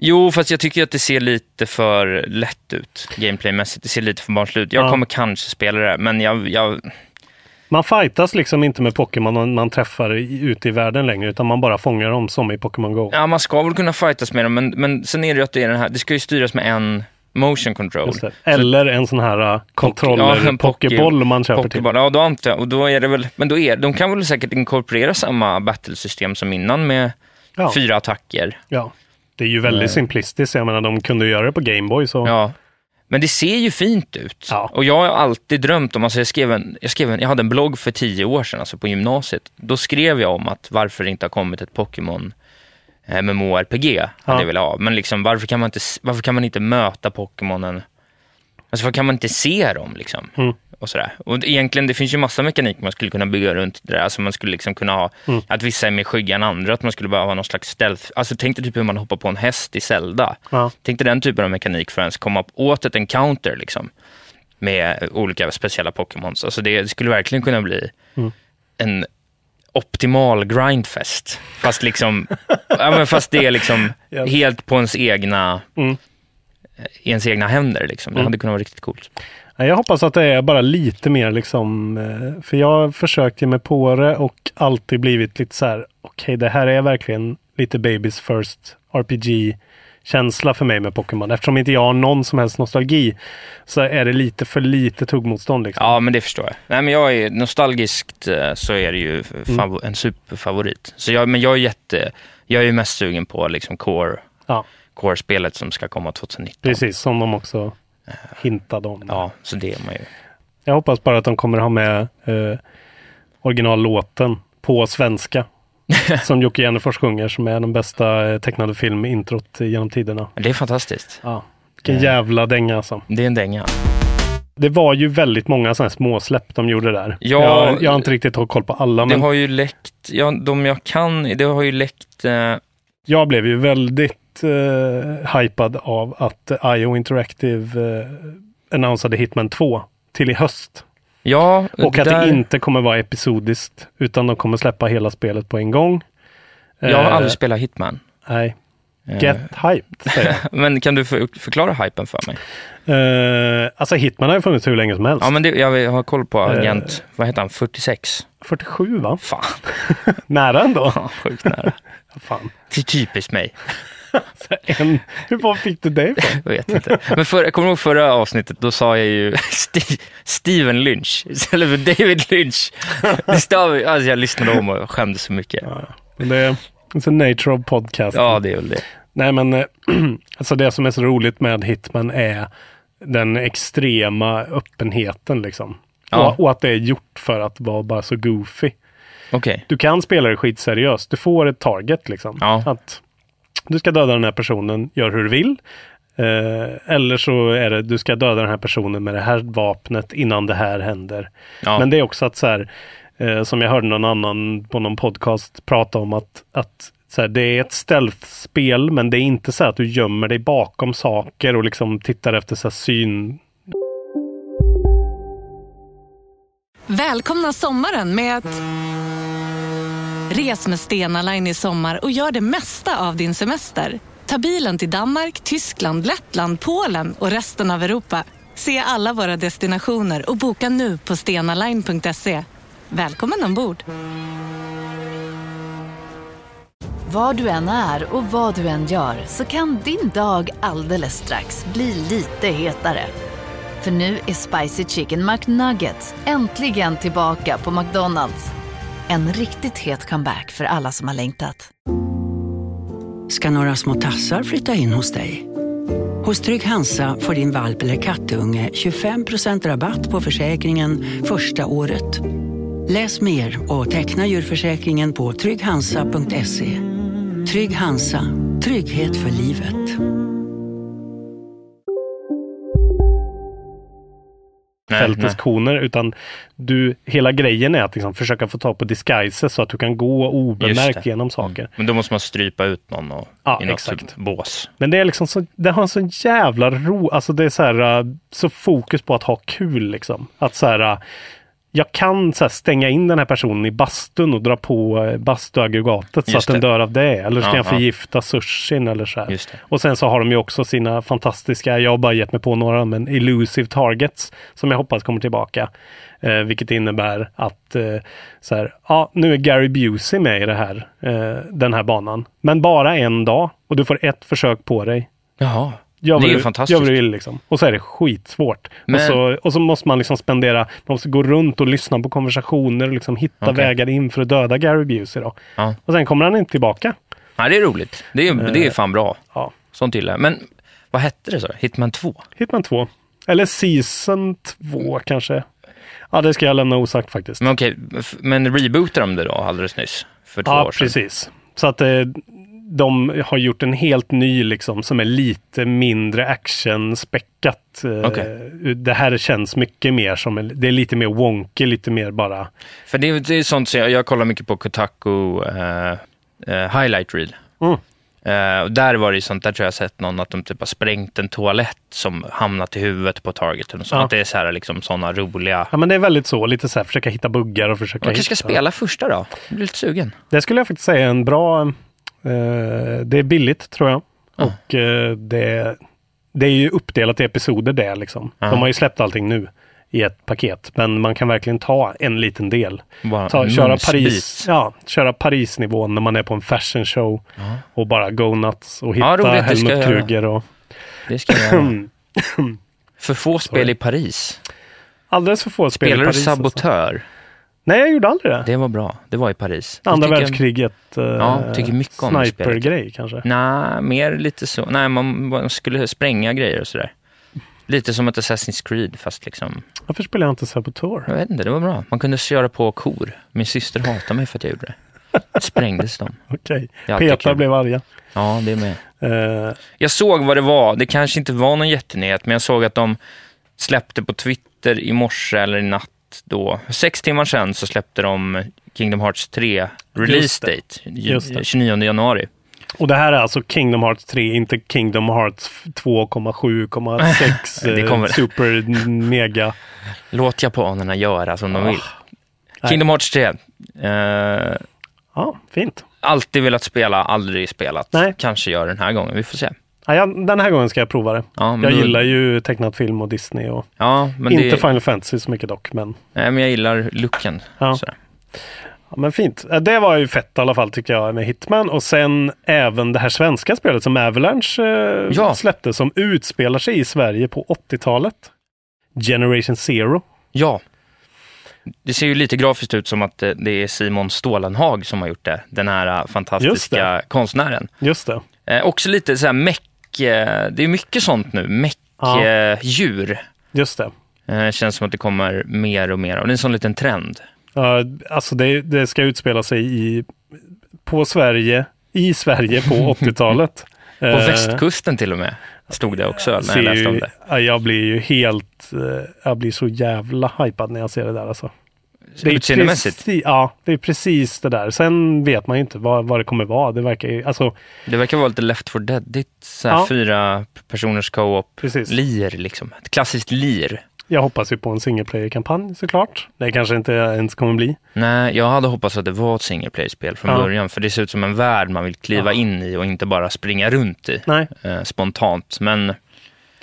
jo, fast jag tycker att det ser lite för lätt ut gameplaymässigt. Det ser lite för barnsligt ut. Jag Ja. kommer kanske spela det, men jag, jag, Man fightas liksom inte med Pokémon man träffar i- ute i världen längre, utan man bara fångar dem som i Pokémon Go. Ja, man ska väl kunna fightas med dem, men, men sen är det ju att det är den här, det ska ju styras med en motion control. Just det. Eller en sån här uh, Ja, en poke- kontroller-pokéboll man köper Pokéball, ja då antar jag, och då är det väl, men då är, de kan väl säkert inkorporera samma battlesystem som innan med till. Ja, fyra attacker. ja. Det är ju väldigt simplistiskt, jag menar de kunde göra det på Gameboy så. Eh. Ja. Men det ser ju fint ut. Ja. Och jag har alltid drömt om, alltså jag, skrev en, jag, skrev en, jag hade en blogg för tio år sedan, alltså på gymnasiet. Då skrev jag om att varför det inte har kommit ett Pokémon eh, MMORPG, hade Ja. jag velat ha. Men liksom, varför, kan man inte, s- varför kan man inte möta Pokémonen? Alltså varför kan man inte se dem liksom? Och, sådär. och egentligen, det finns ju massa mekanik man skulle kunna bygga runt det där. Alltså man skulle liksom kunna ha att vissa är mer skygga än andra, att man skulle behöva ha någon slags stealth. Alltså tänk dig typ hur man hoppar på en häst i Zelda. Ja. Tänk dig den typen av mekanik för att ens komma åt ett encounter liksom, med olika speciella Pokémons. Alltså det skulle verkligen kunna bli en optimal grindfest. Fast, liksom, ja, men fast det är liksom helt på ens egna, ens egna händer. Liksom. Det hade kunnat vara riktigt coolt. Nej, Jag hoppas att det är bara lite mer liksom, eh, för jag försökte ju mig på det och alltid blivit lite så här, okej det här är verkligen lite Babies First RPG-känsla för mig med Pokémon. Eftersom inte jag har någon som helst nostalgi så är det lite för lite tuggmotstånd. Liksom. Ja, men det förstår jag. Nej, men jag är nostalgiskt eh, så är det ju Mm. fav- en superfavorit. Så jag, men jag är jätte, jag är ju mest sugen på liksom core, Ja, core-spelet som ska komma 2019. precis, som de också hintade om. Ja, så det är man ju. Jag hoppas bara att de kommer ha med eh, originallåten på svenska. som Jocke Jennefors sjunger, som är den bästa eh, tecknade filmintrot genom tiderna. Det är fantastiskt. Ja. Eh. Vilken jävla dänga alltså. Det är en dänga. Det var ju väldigt många sådana här småsläpp de gjorde där. Ja. jag, jag har inte riktigt koll på alla, men Det har ju läckt, ja, de jag kan, det har ju läckt, eh, jag blev ju väldigt eh, hypad av att IO Interactive eh, annonsade Hitman 2 till i höst. ja. Och att där, det inte kommer vara episodiskt, utan de kommer släppa hela spelet på en gång. Jag har Eh, aldrig spelat Hitman. Nej, Eh, get hyped, säger jag. Men kan du för, förklara hypen för mig? Eh, alltså Hitman har ju funnits hur länge som helst. Ja, men det, jag har koll på Eh. agent, vad heter han, 46? 47 va? Fan, Nära ändå. ja, sjukt nära. Fan. Det är typiskt mig. En, hur var fick du det ifrån? Jag vet inte. Men för, jag kommer du ihåg förra avsnittet, då sa jag ju Sti- Steven Lynch istället för David Lynch. Det stav, alltså jag lyssnade om och skämdes så mycket. Men Det är it's the nature of podcast. Ja, det är väl det. Nej men, eh, alltså det som är så roligt med Hitman är den extrema öppenheten liksom. Ja. Och, och att det är gjort för att vara bara så goofy. Okej. Du kan spela det skitseriöst, du får ett target liksom. Ja. Att du ska döda den här personen, gör hur du vill. Eh, eller så är det, du ska döda den här personen med det här vapnet innan det här händer. Ja. Men det är också att så här, eh, som jag hörde någon annan på någon podcast prata om att, att så här, det är ett stealth-spel, men det är inte så här att du gömmer dig bakom saker och liksom tittar efter så här syn. Välkomna sommaren med att... Res med Stena Line i sommar och gör det mesta av din semester. Ta bilen till Danmark, Tyskland, Lettland, Polen och resten av Europa. Se alla våra destinationer och boka nu på stenaline.se. Välkommen ombord! Var du än är och vad du än gör så kan din dag alldeles strax bli lite hetare. För nu är Spicy Chicken McNuggets äntligen tillbaka på McDonalds. En riktigt het comeback för alla som har längtat. ska några små tassar flytta in hos dig. Hos Trygg Hansa får din valp eller kattunge 25% rabatt på försäkringen första året. Läs mer och teckna djurförsäkringen på trygghansa.se. Trygg Hansa, trygghet för livet. Nej, nej. fälteskoner utan du, hela grejen är att liksom försöka få tag på disguises så att du kan gå Just obemärkt det. Mm. genom saker. Men då måste man strypa ut någon och, Ja, i något typ exakt. bås. Men det är liksom så, det har en sån jävla ro, alltså det är så här, uh, så fokus på att ha kul liksom. Att så här, uh, jag kan så här, stänga in den här personen i bastun och dra på uh, bastuaggregatet så Just att den det. dör av det. Eller så kan jag Aha. förgifta sushin eller så här. Just det. Och sen så har de ju också sina fantastiska, jag har bara gett mig på några, men elusive targets som jag hoppas kommer tillbaka. Eh, vilket innebär att eh, så här, ja, nu är Gary Busey med i det här, eh, den här banan. Men bara en dag och du får ett försök på dig. Jaha. Gör vad det är ju du, Gör fantastiskt. vad du vill liksom. Och så är det skitsvårt. Men- Och, så, och så måste man liksom spendera, man måste gå runt och lyssna på konversationer och liksom hitta Okej. vägar in för att döda Gary Busey då. Ja. Och sen kommer han inte tillbaka. Nej, det är roligt. Det är, det Eh. är fan bra. Ja. Sånt gillar jag. Men vad hette det så? Hitman 2? Hitman 2. Eller Season 2 kanske. Ja, det ska jag lämna osagt faktiskt. Men okej, f- men rebootade de det då alldeles nyss? För två Ja, år sedan? precis. Så att eh, de har gjort en helt ny liksom som är lite mindre actionspäckat. Eh, Okej. Det här känns mycket mer som, en- det är lite mer wonky, lite mer bara. För det, är- det är sånt som jag, jag kollar mycket på Kotaku eh, eh, highlight reel. Mm. Eh, och där var det ju sånt, där tror jag jag sett någon att de typ har sprängt en toalett som hamnat i huvudet på target. Och sånt. Ja. Att det är så här liksom såna roliga... Ja, men det är väldigt så, lite så här försöka hitta buggar och försöka Man kanske hitta. ska spela första då? Jag blir lite sugen. Det skulle jag faktiskt säga är en bra, eh, det är billigt tror jag. Och eh, det, det är ju uppdelat i episoder det liksom. Ja. De har ju släppt allting nu i ett paket, men man kan verkligen ta en liten del. Bara Ta, en köra, munsbit. Paris, ja, köra Parisnivån när man är på en fashion show och bara go nuts och hitta Ja, roligt, det ska Helmut jag göra. Kruger och Det ska jag göra. För få spel i Paris. alldeles för få spel i Spelar du Paris. alltså. sabotör? Nej, jag gjorde aldrig det. Det var bra. Det var i Paris. Det Andra tycker jag- världskriget, eh, Ja, tycker mycket om det spelet. Mm. snipergrej kanske. Nej, mer lite så. Nej, man man skulle spränga grejer och sådär. Lite som ett Assassin's Creed, fast liksom... Varför spelar jag inte Sabotör? Jag vet inte, det var bra. Man kunde köra på kor. Min syster hatade mig för att jag gjorde det. sprängdes de. Okej. Det är alltid Petar kul. blev arga. Ja, det är med. Eh, Jag såg vad det var. Det kanske inte var någon jättenyhet, men jag såg att de släppte på Twitter i morse eller i natt då. Sex timmar sedan så släppte de Kingdom Hearts 3 Just release det. date, Just det. ju- 29 januari. och det här är alltså Kingdom Hearts 3, inte Kingdom Hearts 2,7,6 Det eh, kommer. super mega. Låt japanerna göra som de vill. Ah. nej. Kingdom Hearts 3. Eh, Ja, fint. alltid velat spela, aldrig spelat. Nej. Kanske gör den här gången, vi får se. Ja, jag, den här gången ska jag prova det. Ja, men jag då- gillar ju tecknat film och Disney och Ja, Mm. men, inte det, Final Fantasy så mycket dock. Men, nej, men jag gillar looken. Ja. Sådär. ja, men fint. Eh, Det var ju fett i alla fall tycker jag med Hitman. Och sen även det här svenska spelet som Avalanche eh, Ja. släppte som utspelar sig i Sverige på 80-talet. Generation Zero. Ja. Det ser ju lite grafiskt ut som att eh, det är Simon Stålenhag som har gjort det. Den här eh, Just det. fantastiska konstnären. Just det. Eh, också lite så här meck, eh, det är mycket sånt nu. Meck, Ja. eh, djur. Just det. Eh, känns som att det kommer mer och mer. Och det är en sån liten trend. Ja, alltså det, det ska utspela sig i, på Sverige, i Sverige på 80-talet. På västkusten till och med. Stod det också när Eh. ser jag läste om ju, det. ja, jag blir ju helt, eh, jag blir så jävla hypad när jag ser det där alltså. Det Utseendemässigt. precis- Ja, det är precis det där. Sen vet man ju inte vad, vad det kommer vara. Det verkar ju, alltså Det verkar vara lite left for deadigt. Så här Ja. Fyra personers co-op. precis. Lir liksom. Ett klassiskt lir. Jag hoppas ju på en single player-kampanj såklart. Det kanske inte ens kommer bli. Nej, jag hade hoppats att det var ett single player-spel från Ja. början, för det ser ut som en värld man vill kliva in i och inte bara springa runt i Nej, eh, spontant. Men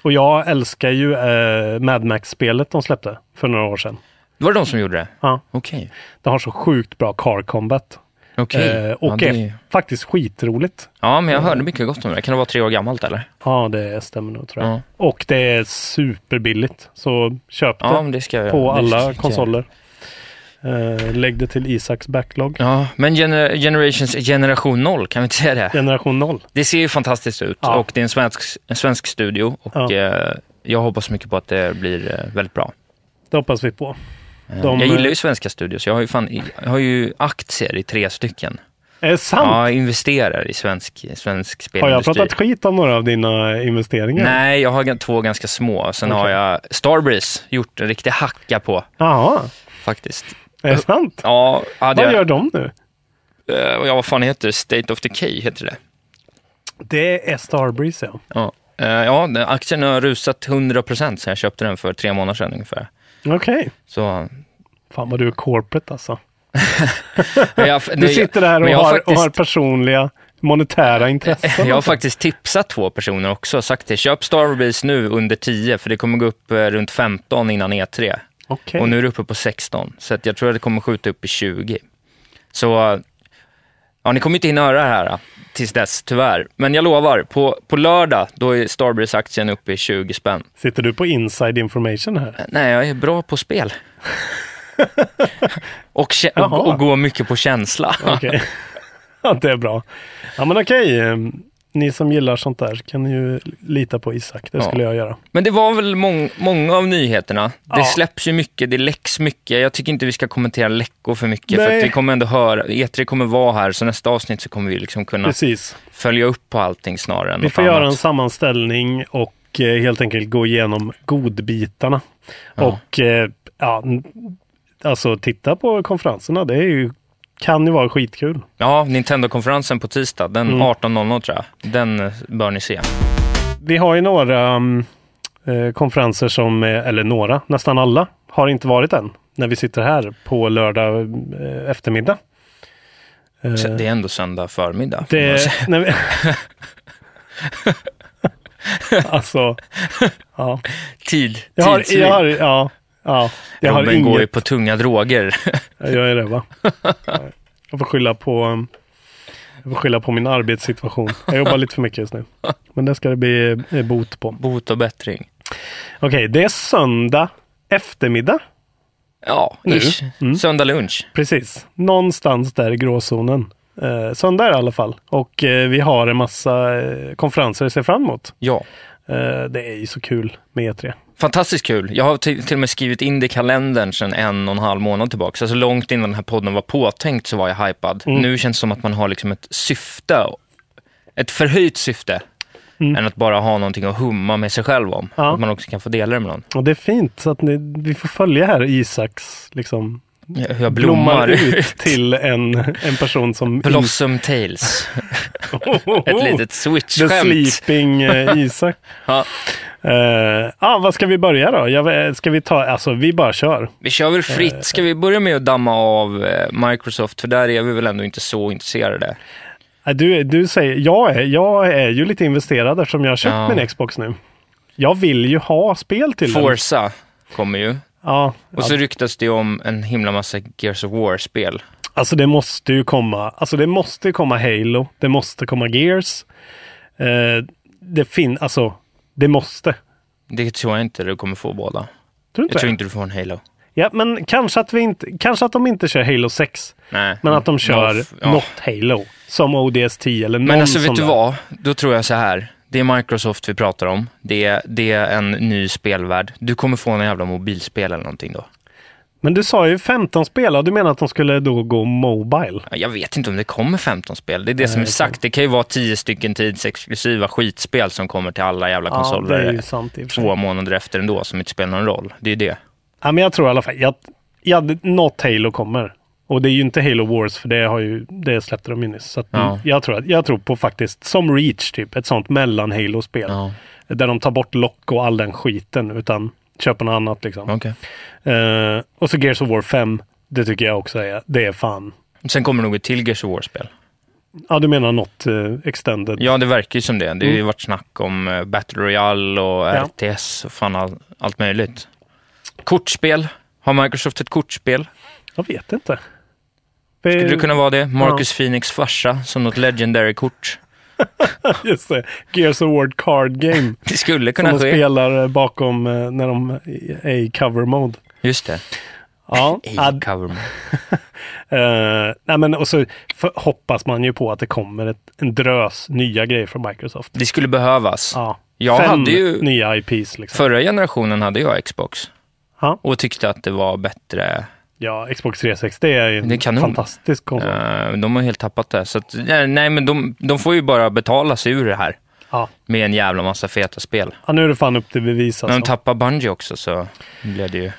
och jag älskar ju eh, Mad Max-spelet de släppte för några år sedan. var det de som gjorde det? Ja. Okej. Det har så sjukt bra car combat. Okej. Eh, ja, och det... är faktiskt skitroligt. ja, men jag hörde mycket gott om det. Kan det vara tre år gammalt eller? Ja, det stämmer nog tror jag. Ja. Och det är superbilligt. Så köp det Ja, men det ska jag på det ska alla jag- konsoler. Eh, lägg det till Isaks backlog. Ja, men gener- Generations generation 0, kan vi inte säga det? Generation 0. Det ser ju fantastiskt ut Ja. och det är en svensk, en svensk studio Ja. och eh, jag hoppas mycket på att det blir eh, väldigt bra. Det hoppas vi på. Eh, De- jag gillar ju svenska studios. Jag har ju, fan, jag har ju aktier i tre stycken. Är det sant? Ja, jag investerar i svensk, svensk har jag spelindustri. pratat skit om några av dina investeringar? Nej, jag har g- två ganska små. Sen har Okej. jag Starbreeze gjort en riktig hacka på Jaha, faktiskt. är det sant? Alltså, Ja, hade Vad jag, gör de nu? eh, ja, vad fan heter det? State of Decay heter det. Det är Starbreeze ja. Ja, Eh, ja den- aktien har rusat 100% sen jag köpte den för tre månader sedan ungefär. Okej. Så, Fan vad du är corporate alltså. men jag, Du sitter där och men jag har, och faktiskt- har personliga monetära intressen. alltså. Jag har faktiskt tipsat två personer också och sagt det. Köp Starbreeze nu under 10 för det kommer gå upp eh, runt 15 innan E E3. Okej. Och nu är det uppe på 16, så att jag tror att det kommer skjuta upp i 20. Så, ja ni kommer inte hinna höra det här eh, tills dess, tyvärr. Men jag lovar, på, på lördag då är Starbreeze-aktien uppe i 20 spänn. Sitter du på inside information här? Nej, jag är bra på spel. och, kä- Jaha. och, och går mycket på känsla. Okej. ja, det är bra. Ja, men okej. ehm, Ni som gillar sånt där kan ju lita på Isak. Det Ja. skulle jag göra. Men det var väl mång- många av nyheterna. Det Ja. släpps ju mycket, det läcks mycket. Jag tycker inte vi ska kommentera läckor för mycket, för Nej. att vi kommer ändå höra, E3 kommer vara här, så nästa avsnitt så kommer vi liksom kunna Precis. följa upp på allting snarare än Vi något får göra en annat. sammanställning och eh, helt enkelt gå igenom godbitarna. Och eh, ja, n- alltså titta på konferenserna. Det är ju, kan ju vara skitkul. Ja, Nintendo-konferensen på tisdag, den Mm. 18.00 tror jag. Den eh, bör ni se. Vi har ju några mm, eh, konferenser som, eh, eller några, nästan alla, har inte varit än. När vi sitter här på lördag eh, eftermiddag. Eh, Så det är ändå söndag förmiddag. får man Det... säga. Nej, men... alltså, ja. Tid, Jag har, tidsvinst. jag har, ja, ja. Jag har Robin går ju inget. på tunga droger. Jag gör det va? Jag får skylla på, um, jag får skylla på min arbetssituation. Jag jobbar lite för mycket just nu. Men det ska det bli eh, bot på. Bot och bättring. Okej, det är söndag eftermiddag. Ja, Nu? Mm. ish. Söndag lunch. Precis, någonstans där i gråzonen. Eh, söndag är det i alla fall. Och eh, vi har en massa eh, konferenser att se fram emot. Ja. Eh, det är ju så kul med E E3. Fantastiskt kul. Jag har till, till och med skrivit in det i kalendern sedan en och en halv månad tillbaka. Alltså långt innan den här podden var påtänkt så var jag hypad. Mm. Nu känns det som att man har liksom ett syfte, ett förhöjt syfte, än att bara ha någonting att humma med sig själv om. Mm. Ja. Att man också kan få dela det med någon. Och det är fint så att ni, vi får följa här Isaks liksom Jag, jag blommar, ut till en, en person som... Oh, Blossom Tales. Ett litet The switch-skämt. sleeping eh, Isak. Ja, Eh, ah, vad ska vi börja då? Jag, eh, ska vi ta, alltså vi bara kör. vi kör väl fritt. Ska vi börja med att damma av eh, Microsoft? För där är vi väl ändå inte så intresserade. Eh, Du, du säger, jag är, jag är ju lite investerad eftersom jag har köpt Ja. min Xbox nu. Jag vill ju ha spel till den. Forza kommer ju. Ja, Och så ryktas det om en himla massa Gears of War-spel. Alltså det måste ju komma, alltså det måste komma Halo, det måste komma Gears. Eh, det fin, alltså det måste. Det tror jag inte du kommer få båda. Tror du Jag inte tror det? inte du får en Halo. Ja, men kanske att vi inte, kanske att de inte kör Halo 6. Nej. Men att de kör Mm. Ja, f- ja. något Halo. Som ODST eller någon Men alltså sån vet du där. vad? Då tror jag så här. Det är Microsoft vi pratar om. Det är, det är en ny spelvärld. Du kommer få en jävla mobilspel eller någonting då. Men du sa ju 15 spel och du menar att de skulle då gå Mobile. Ja, Jag vet inte om det kommer 15 spel. Det är det som är sagt. Det kan ju vara 10 stycken tidsexklusiva skitspel som kommer till alla jävla Ja, det konsoler är ju sant i och för sig. två månader efter ändå som inte spelar någon roll. Det är det. Ja, men jag tror i alla fall, jag, jag, något Halo kommer. Och det är ju inte Halo Wars för det, har ju, det släppte de ju nyss. Så att Ja. jag, tror att, jag tror på faktiskt, som Reach typ, ett sånt mellan Halo-spel. Ja, Där de tar bort lock och all den skiten utan köper något annat liksom. okej. Eh, och så Gears of War 5, det tycker jag också är, det är fan. Sen kommer nog ett till Gears of War-spel. Ja, du menar något eh, extended? Ja, det verkar ju som det. Det har ju varit snack om eh, Battle Royale och Mm. Ja. RTS och fan all, allt möjligt. Kortspel. Har Microsoft ett kortspel? Jag vet inte. Skulle Eh, det kunna vara det? Marcus Phoenix farsa som något legendary-kort. Just det, Gears of War Card Game. Det skulle Som de kunna ske. spelar eh, bakom eh, när de är i cover mode. Just det. Ja, Ej, ad, cover. eh, nej men och så för, hoppas man ju på att det kommer ett, en drös nya grejer från Microsoft. Det skulle behövas. Ja, Jag fem hade ju- nya IPs liksom. Förra generationen hade jag Xbox. Ja. Och tyckte att det var bättre. Ja, Xbox 360 är ju en Det är kanon. fantastisk konsol. Ja. Eh, de har helt tappat det. Så att, nej, nej, men de, de får ju bara betala sig ur det här. Ja. Med en jävla massa feta spel. nu är det fan upp till bevis När de alltså. tappar Bungie också så blev det ju...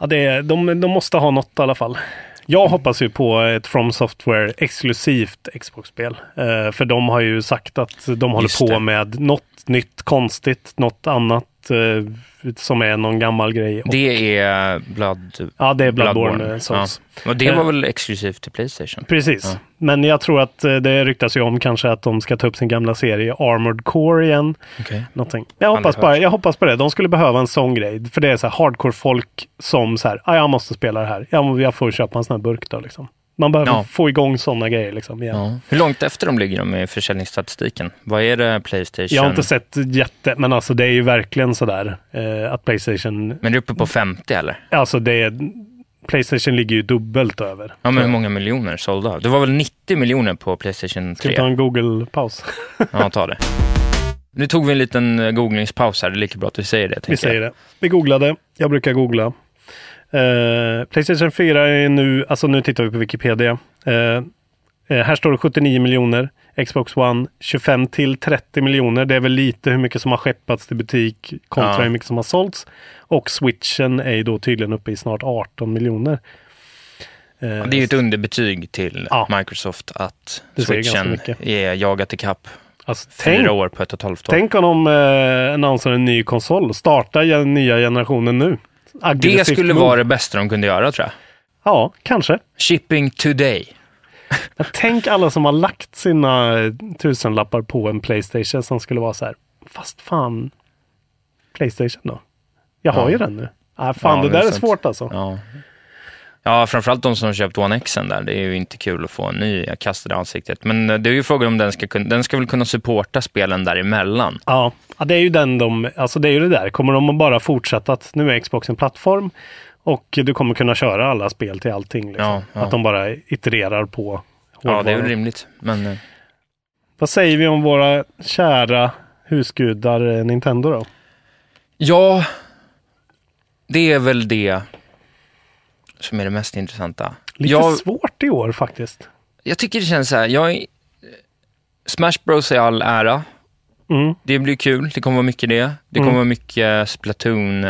ja, det är, de, de måste ha något i alla fall. Jag hoppas ju på ett From Software exklusivt Xbox-spel. Eh, för de har ju sagt att de håller Just på det. med något nytt konstigt, något annat eh, som är någon gammal grej. Och, Det är Blood... ja, det är Bloodborne, Bloodborne. eh, Ja. Souls. Och det var Eh. väl exklusivt till Playstation? Precis, men jag tror att eh, det ryktas ju om kanske att de ska ta upp sin gamla serie Armored Core igen. Okej. Någonting. Jag, hoppas Aldrig bara, hört. jag hoppas på det. De skulle behöva en sån grej. För det är så här hardcore folk som så här, ah, jag måste spela det här. Jag, jag får köpa en sån här burk då liksom. Man behöver Ja. få igång sådana grejer liksom igen. Ja. Hur långt efter de ligger de i försäljningsstatistiken? Vad är det Playstation? Jag har inte sett jätte, men alltså det är ju verkligen sådär eh, att Playstation, Men det är uppe på 50 eller? alltså det är, Playstation ligger ju dubbelt över. Ja, men hur många miljoner sålda? Det var väl 90 miljoner på Playstation Ska 3? vi ta en Google-paus? Ja, ta det. Nu tog vi en liten eh, googlingspaus här. Det är lika bra att vi säger det. tänker Vi jag. säger det. Vi googlade. Jag brukar googla. Eh, Playstation 4 är nu, alltså nu tittar vi på Wikipedia. Eh, eh, här står det 79 miljoner. Xbox One 25 till 30 miljoner. Det är väl lite hur mycket som har skeppats till butik kontra Ja. hur mycket som har sålts. Och switchen är ju då tydligen uppe i snart 18 miljoner. Eh, Ja, Det är ju ett underbetyg till Ja. Microsoft att Det säger switchen ganska mycket. är jagat ikapp alltså, tänk, fyra år på ett och ett halvt år. tänk om de eh, annonserar en ny konsol. Starta gen- nya generationen nu. det Aggressivt skulle move. vara det bästa de kunde göra tror jag. Ja, kanske. Shipping today. Men Tänk alla som har lagt sina eh, tusenlappar på en Playstation som skulle vara så här, fast fan, Playstation då? Jag har Ja. ju den nu. Äh, fan, Ja, det men där är sant. svårt alltså. Ja. ja, framförallt de som köpt One Xen där. Det är ju inte kul att få en ny kastad i ansiktet. Men eh, det är ju frågan om den ska kunna, den ska väl kunna supporta spelen däremellan. Ja. ja, det är ju den de, alltså det är ju det där. Kommer de bara fortsätta att nu är Xbox en plattform och du kommer kunna köra alla spel till allting. Liksom. Ja, ja. Att de bara itererar på Ja, det är väl hårdvaran. rimligt. Men eh, Vad säger vi om våra kära husgudar eh, Nintendo då? Ja, det är väl det som är det mest intressanta. Lite jag, svårt i år faktiskt. jag tycker det känns så här, jag är, Smash Bros i all ära, Mm. det blir kul, det kommer vara mycket det. Det kommer Mm. vara mycket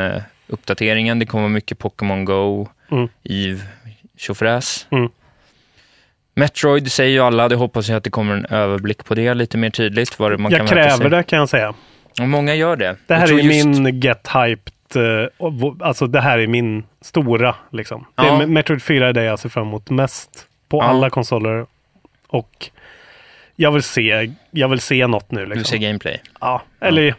Splatoon-uppdateringen, det kommer vara mycket Pokémon Go, Mm. Eve, tjofräs. Mm. Metroid säger ju alla, det hoppas jag att det kommer en överblick på det lite mer tydligt. Vad det- man Jag kan vänta kräver sig. det kan jag säga. Och många gör det. Det Jag här tror är just- min get hyped, eh, och vo- alltså det här är min stora liksom. Det Ja. är, Metroid 4 är det jag ser fram emot mest på Ja. alla konsoler. Och jag vill se, jag vill se något nu Du liksom. ser gameplay. Ja, eller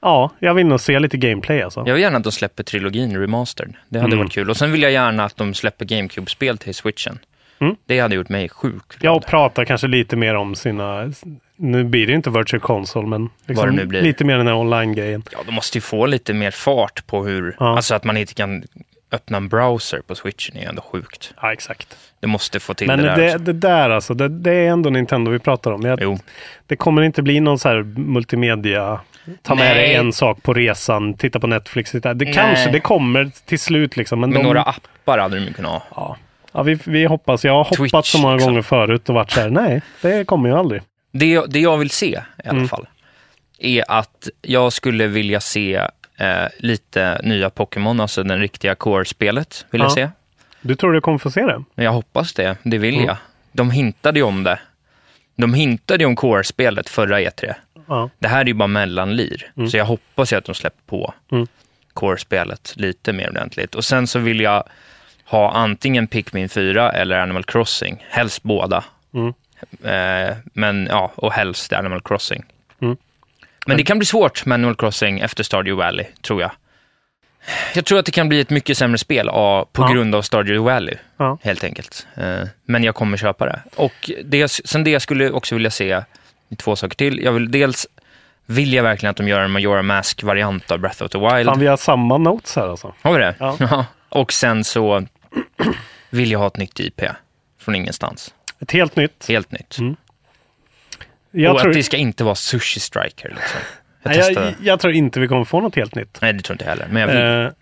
ja. jag vill nog se lite gameplay alltså. Jag vill gärna att de släpper trilogin remastered. Det hade Mm. varit kul. Och sen vill jag gärna att de släpper GameCube-spel till switchen. Mm. Det hade gjort mig sjuk. Jag pratar kanske lite mer om sina, nu blir det inte virtual console, men Vad liksom det nu blir. lite mer den här online-grejen. Ja, de måste ju få lite mer fart på hur... Ja. Alltså att man inte kan öppna en browser på switchen är ju ändå sjukt. Ja, exakt. Det måste få till Men det det, där. det, också. där alltså, det, det är ändå Nintendo vi pratar om. Jag, Jo. Det kommer inte bli någon så här multimedia, ta med Nej. dig en sak på resan, titta på Netflix. titta- Det Nej. kanske, det kommer till slut liksom. Men Men de, några appar hade de ju kunnat ha. ja, ja, vi, vi hoppas. Jag har Twitch, hoppat så många liksom. gånger förut och varit så här, nej, det kommer ju aldrig. Det, det jag vill se i alla Mm. fall är att jag skulle vilja se eh, lite nya Pokémon, alltså den riktiga core-spelet vill jag Ja. se. Du tror du kommer få se det? Men Jag hoppas det, det vill Mm. jag. De hintade ju om det. De hintade ju om core-spelet förra E3. Ja. Det här är ju bara mellanlir, så jag hoppas ju att de släpper på Mm. core-spelet lite mer ordentligt. Och sen så vill jag ha antingen Pikmin 4 eller Animal Crossing, helst båda. Mm. Eh, men ja, och helst Animal Crossing. Mm. Men det kan bli svårt med Animal Crossing efter Stardew Valley, tror jag. Jag tror att det kan bli ett mycket sämre spel av- på Ja. grund av Stardew Valley Ja. helt enkelt. Eh, Men jag kommer köpa det. Och det, sen det skulle jag också vilja se två saker till. Jag vill dels vill jag verkligen att de gör en Majora Mask-variant av Breath of the Wild. Fan, vi har samma notes här alltså. Har vi det? Ja. Och sen så vill jag ha ett nytt IP från ingenstans. Ett helt nytt. Helt nytt. Mm. Jag Och tror- att det ska inte vara Sushi Striker. Liksom. Jag Nej, testade. jag, jag tror inte vi kommer få något helt nytt. Nej, det tror inte jag heller. Men jag vill. Eh,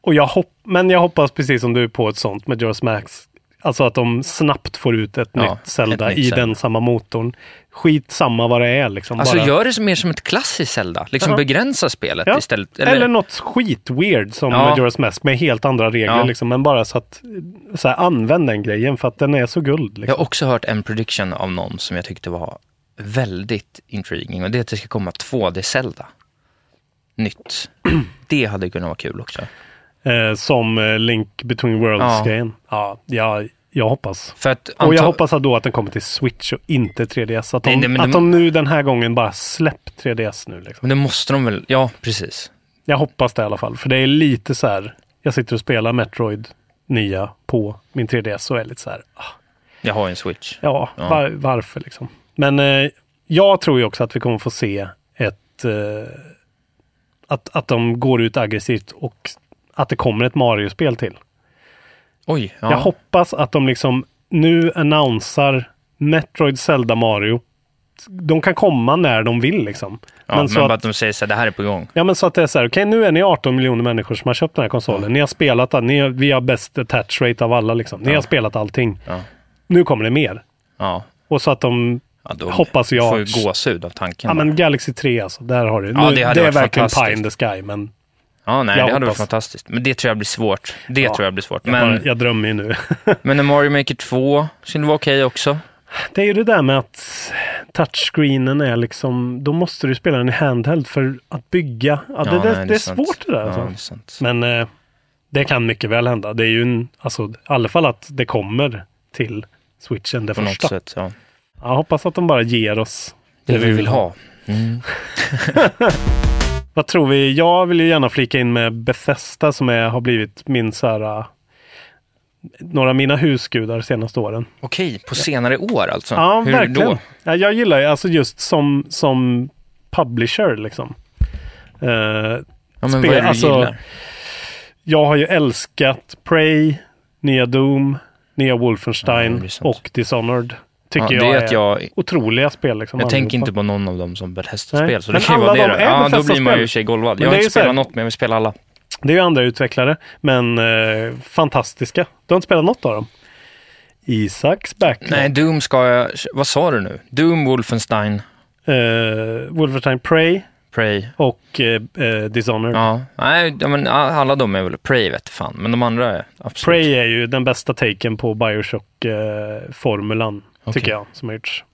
och jag hopp, men jag hoppas precis som du på ett sånt med Joris Max. Alltså att de snabbt får ut ett Ja, nytt Zelda ett nytt i Zelda. den samma motorn. Skit samma vad det är liksom. Alltså bara, gör det som- mer som ett klassiskt Zelda. Liksom Ja. begränsa spelet Ja. istället. eller... något skit-weird som Ja. Majora's Mask med helt andra regler Ja. liksom. Men bara så att, så här, använd den grejen för att den är så guld. Jag Liksom. har också hört en prediction av någon som jag tyckte var väldigt intriguing och det är att det ska komma 2D-Zelda. Nytt. Det hade kunnat vara kul också. Eh, som eh, Link Between Worlds-grejen. Ja. jag, jag hoppas. För att Och jag anta- hoppas att då att den kommer till Switch och inte 3DS. Att de, Nej, nej, men att de- de nu den här gången bara släpp 3DS nu. Liksom. Men det måste de väl? Ja, precis. Jag hoppas det i alla fall, för det är lite så här. Jag sitter och spelar Metroid nya på min 3DS och är lite så här. ah, Jag har ju en Switch. Ja, Ja. Var, varför liksom? Men eh, jag tror ju också att vi kommer få se ett... Eh, att, att de går ut aggressivt och att det kommer ett Mario-spel till. Oj, ja. Jag hoppas att de liksom nu annonsar Metroid, Zelda, Mario. De kan komma när de vill liksom. ja men så bara att- att de säger så här, det här är på gång. Ja men så att det är så här, okej nu är ni 18 miljoner människor som har köpt den här konsolen. Ni har spelat den, ni har, vi har bäst attach rate av alla liksom. Ni har spelat allting. Ja. Nu kommer det mer. Ja. Och så att de, ja då Hoppas jag. får ju gåshud av tanken. ja men Galaxy 3 alltså, där har du. Ja, nu, det hade är varit verkligen pie in the fantastiskt. sky men ja, nej, jag det hade varit hoppas. fantastiskt. Men det tror jag blir svårt. Det Ja. tror jag blir svårt. jag, Men, bara, jag drömmer ju nu. men en Mario Maker 2 skulle vara okej också. det är ju det där med att touchscreenen är liksom, då måste du spela den i handheld för att bygga. Ja, det, Ja, det, nej, det är sant. svårt det där alltså. Ja, det är sant. Men eh, det kan mycket väl hända. Det är ju en, alltså, i alla fall att det kommer till switchen det På något första. sätt, ja. Jag hoppas att de bara ger oss Det vi vill ha. Vad tror vi? Jag vill ju gärna flika in med Bethesda som är, har blivit min så här, eh, några av mina husgudar de senaste åren. Okej, på senare år alltså? Ja, Hur verkligen. Då? Ja, jag gillar ju alltså just som, som publisher liksom. Eh, Ja, men Spel, vad är det du alltså- gillar? jag har ju älskat Prey, nya Doom, nya Ja, Wolfenstein det är sant. och Dishonored. tycker ja, jag det är är att jag, otroliga spel. Liksom, jag tänker allihopa. inte på någon av dem som Nej, Bethesda-spel. Så det men kan ju vara alla det de då. är Ja, då blir man Bethesda-spel. ju i och för sig golvad. Men Jag har det är inte ju så här- spelat något, men jag vill spela alla. Det är ju andra utvecklare, men eh, fantastiska. Du har inte spelat något av dem? Isaks Backlog, Nej, Doom ska jag... Vad sa du nu? Doom, Wolfenstein, eh, Wolverine Prey Prey. och eh, eh, Dishonored. Ja, nej, ja, men alla de är väl Prey vet fan, men de andra är absolut. Prey är ju den bästa taken på Bioshock-formulan, Okej. tycker jag, som har gjorts.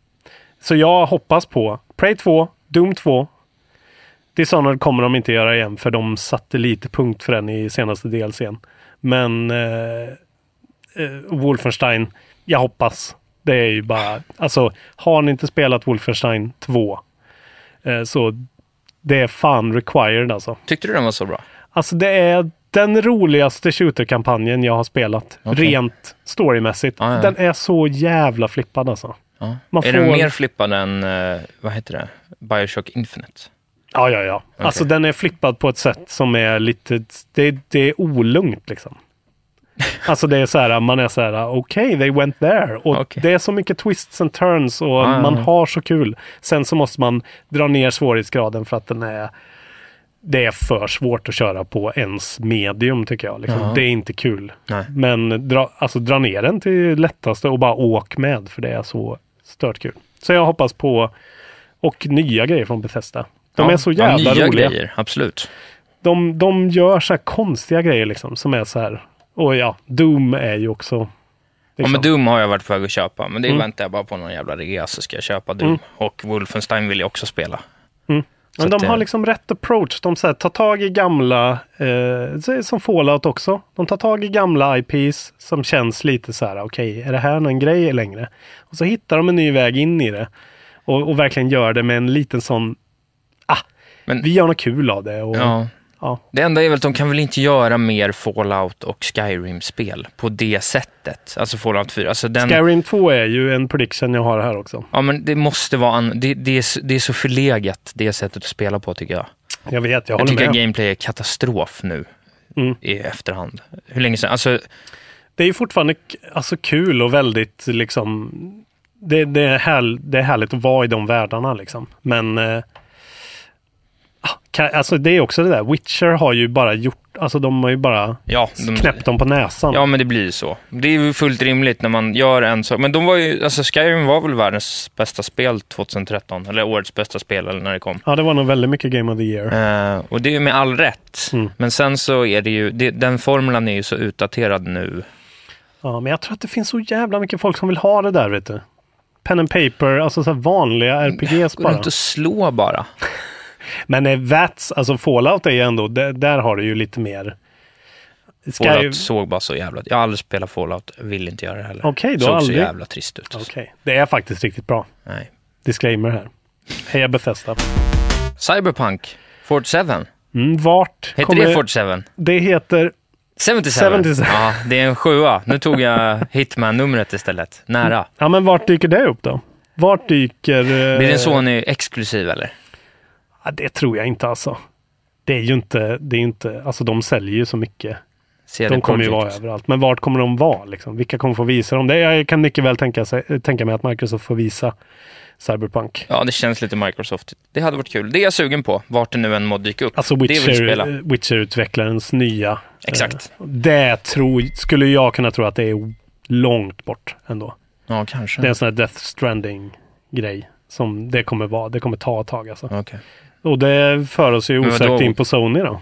Så jag hoppas på Prey 2, Doom 2. Dishonored kommer de inte göra igen, för de satte lite punkt för den i senaste DLCn. Men eh, eh, Wolfenstein, jag hoppas. Det är ju bara, alltså har ni inte spelat Wolfenstein 2 eh, så det är fan required alltså. Tyckte du den var så bra? Alltså det är den roligaste shooterkampanjen jag har spelat. Okej. Rent storymässigt. Ja, ja. Den är så jävla flippad alltså. Ja. Man är får- den mer flippad än, eh, vad heter det, Bioshock Infinite? Ja, ja, ja. Alltså den är flippad på ett sätt som är lite, det, det är olugnt liksom. Alltså det är så här, man är så här, okej, they went there. Och Okej. det är så mycket twists and turns och ja, man ja. har så kul. Sen så måste man dra ner svårighetsgraden för att den är, det är för svårt att köra på ens medium tycker jag. Liksom. Ja. Det är inte kul. Nej. Men dra, alltså, dra ner den till lättaste och bara åk med för det är så stört kul. Så jag hoppas på och nya grejer från Bethesda. De Ja, är så jävla ja, nya roliga. grejer, absolut. De, de gör så här konstiga grejer liksom som är så här. Och ja, Doom är ju också... Ja, Liksom. Mm. men Doom har jag varit på väg att köpa, men det väntar jag bara på någon jävla rea så ska jag köpa Doom. Och Wolfenstein vill jag också Mm. spela. så Men att eh, de det- har liksom rätt approach. De så här, tar tag i gamla, eh, så är det som Fallout också. De tar tag i gamla IPs som känns lite så här, okej, är det här någon grej längre? Och så hittar de en ny väg in i det. Och, och verkligen gör det med en liten sån, ah, Men- vi gör något kul av det. Och, Ja. ja. Det enda är väl att de kan väl inte göra mer Fallout och Skyrim-spel på det sättet. Alltså Fallout 4. Alltså den... Skyrim 2 är ju en prediction jag har här också. Ja, men det måste vara... An... Det, det, är, s- det är så förlegat, det sättet att spela på, tycker jag. Jag vet, jag Jag håller tycker med. gameplay är katastrof nu, Mm. i efterhand. Hur länge sedan? Alltså, Det är ju fortfarande k- alltså, kul och väldigt liksom, det, det, är härl- det är härligt att vara i de världarna liksom. Men eh, ah, ka- alltså, det är också det där, Witcher har ju bara gjort, alltså de har ju bara ja, de... knäppt dem på näsan. Ja, men det blir ju så. Det är ju fullt rimligt när man gör en sak. Men de var ju, alltså Skyrim var väl världens bästa spel 2013, eller årets bästa spel eller när det kom. Ja, det var nog väldigt mycket Game of the Year. Eh, och det är ju med all rätt. Mm. Men sen så är det ju, det, den formulan är ju så utdaterad nu. Ja, men jag tror att det finns så jävla mycket folk som vill ha det där, vet du. Pen and paper, alltså så här vanliga RPGs Går bara. Mm, runt och slå bara. Men eh, Vats, alltså Fallout är ju ändå, där, där har du ju lite mer... Sky- Fallout såg bara så jävla... Jag har aldrig spelat Fallout, vill inte göra det heller. Okej, du har såg aldrig- så jävla trist ut. Okej, det är faktiskt riktigt bra. Nej. Disclaimer här. Heja Bethesda. Cyberpunk, 47. Mm, vart Heter kommer... det 47? det heter... 77. 77. Ja, det är en sjua. Nu tog jag Hitman-numret istället. Nära. Ja, men vart dyker det upp då? Vart dyker... eh, Blir den Sony exklusiv eller? Ja, det tror jag inte alltså. Det är ju inte, det är inte, alltså de säljer ju så mycket. Ser De kommer ju vara överallt. Men vart kommer de vara liksom? Vilka kommer få visa dem? Det, jag kan mycket väl tänka, sig, tänka mig att Microsoft får visa Cyberpunk. Ja, det känns lite Microsoft. Det hade varit kul. Det är jag sugen på, vart det nu än må dyka upp. Alltså Det vill jag spela. Witcher, Witcher-utvecklarens nya. Exakt. eh, Det tror, skulle jag kunna tro att det är långt bort ändå. Ja, kanske. Det är en sån här Death Stranding-grej. Som det kommer vara. Det kommer ta ett tag alltså. Okej. Och det för oss ju Men osökt vadå? in på Sony då.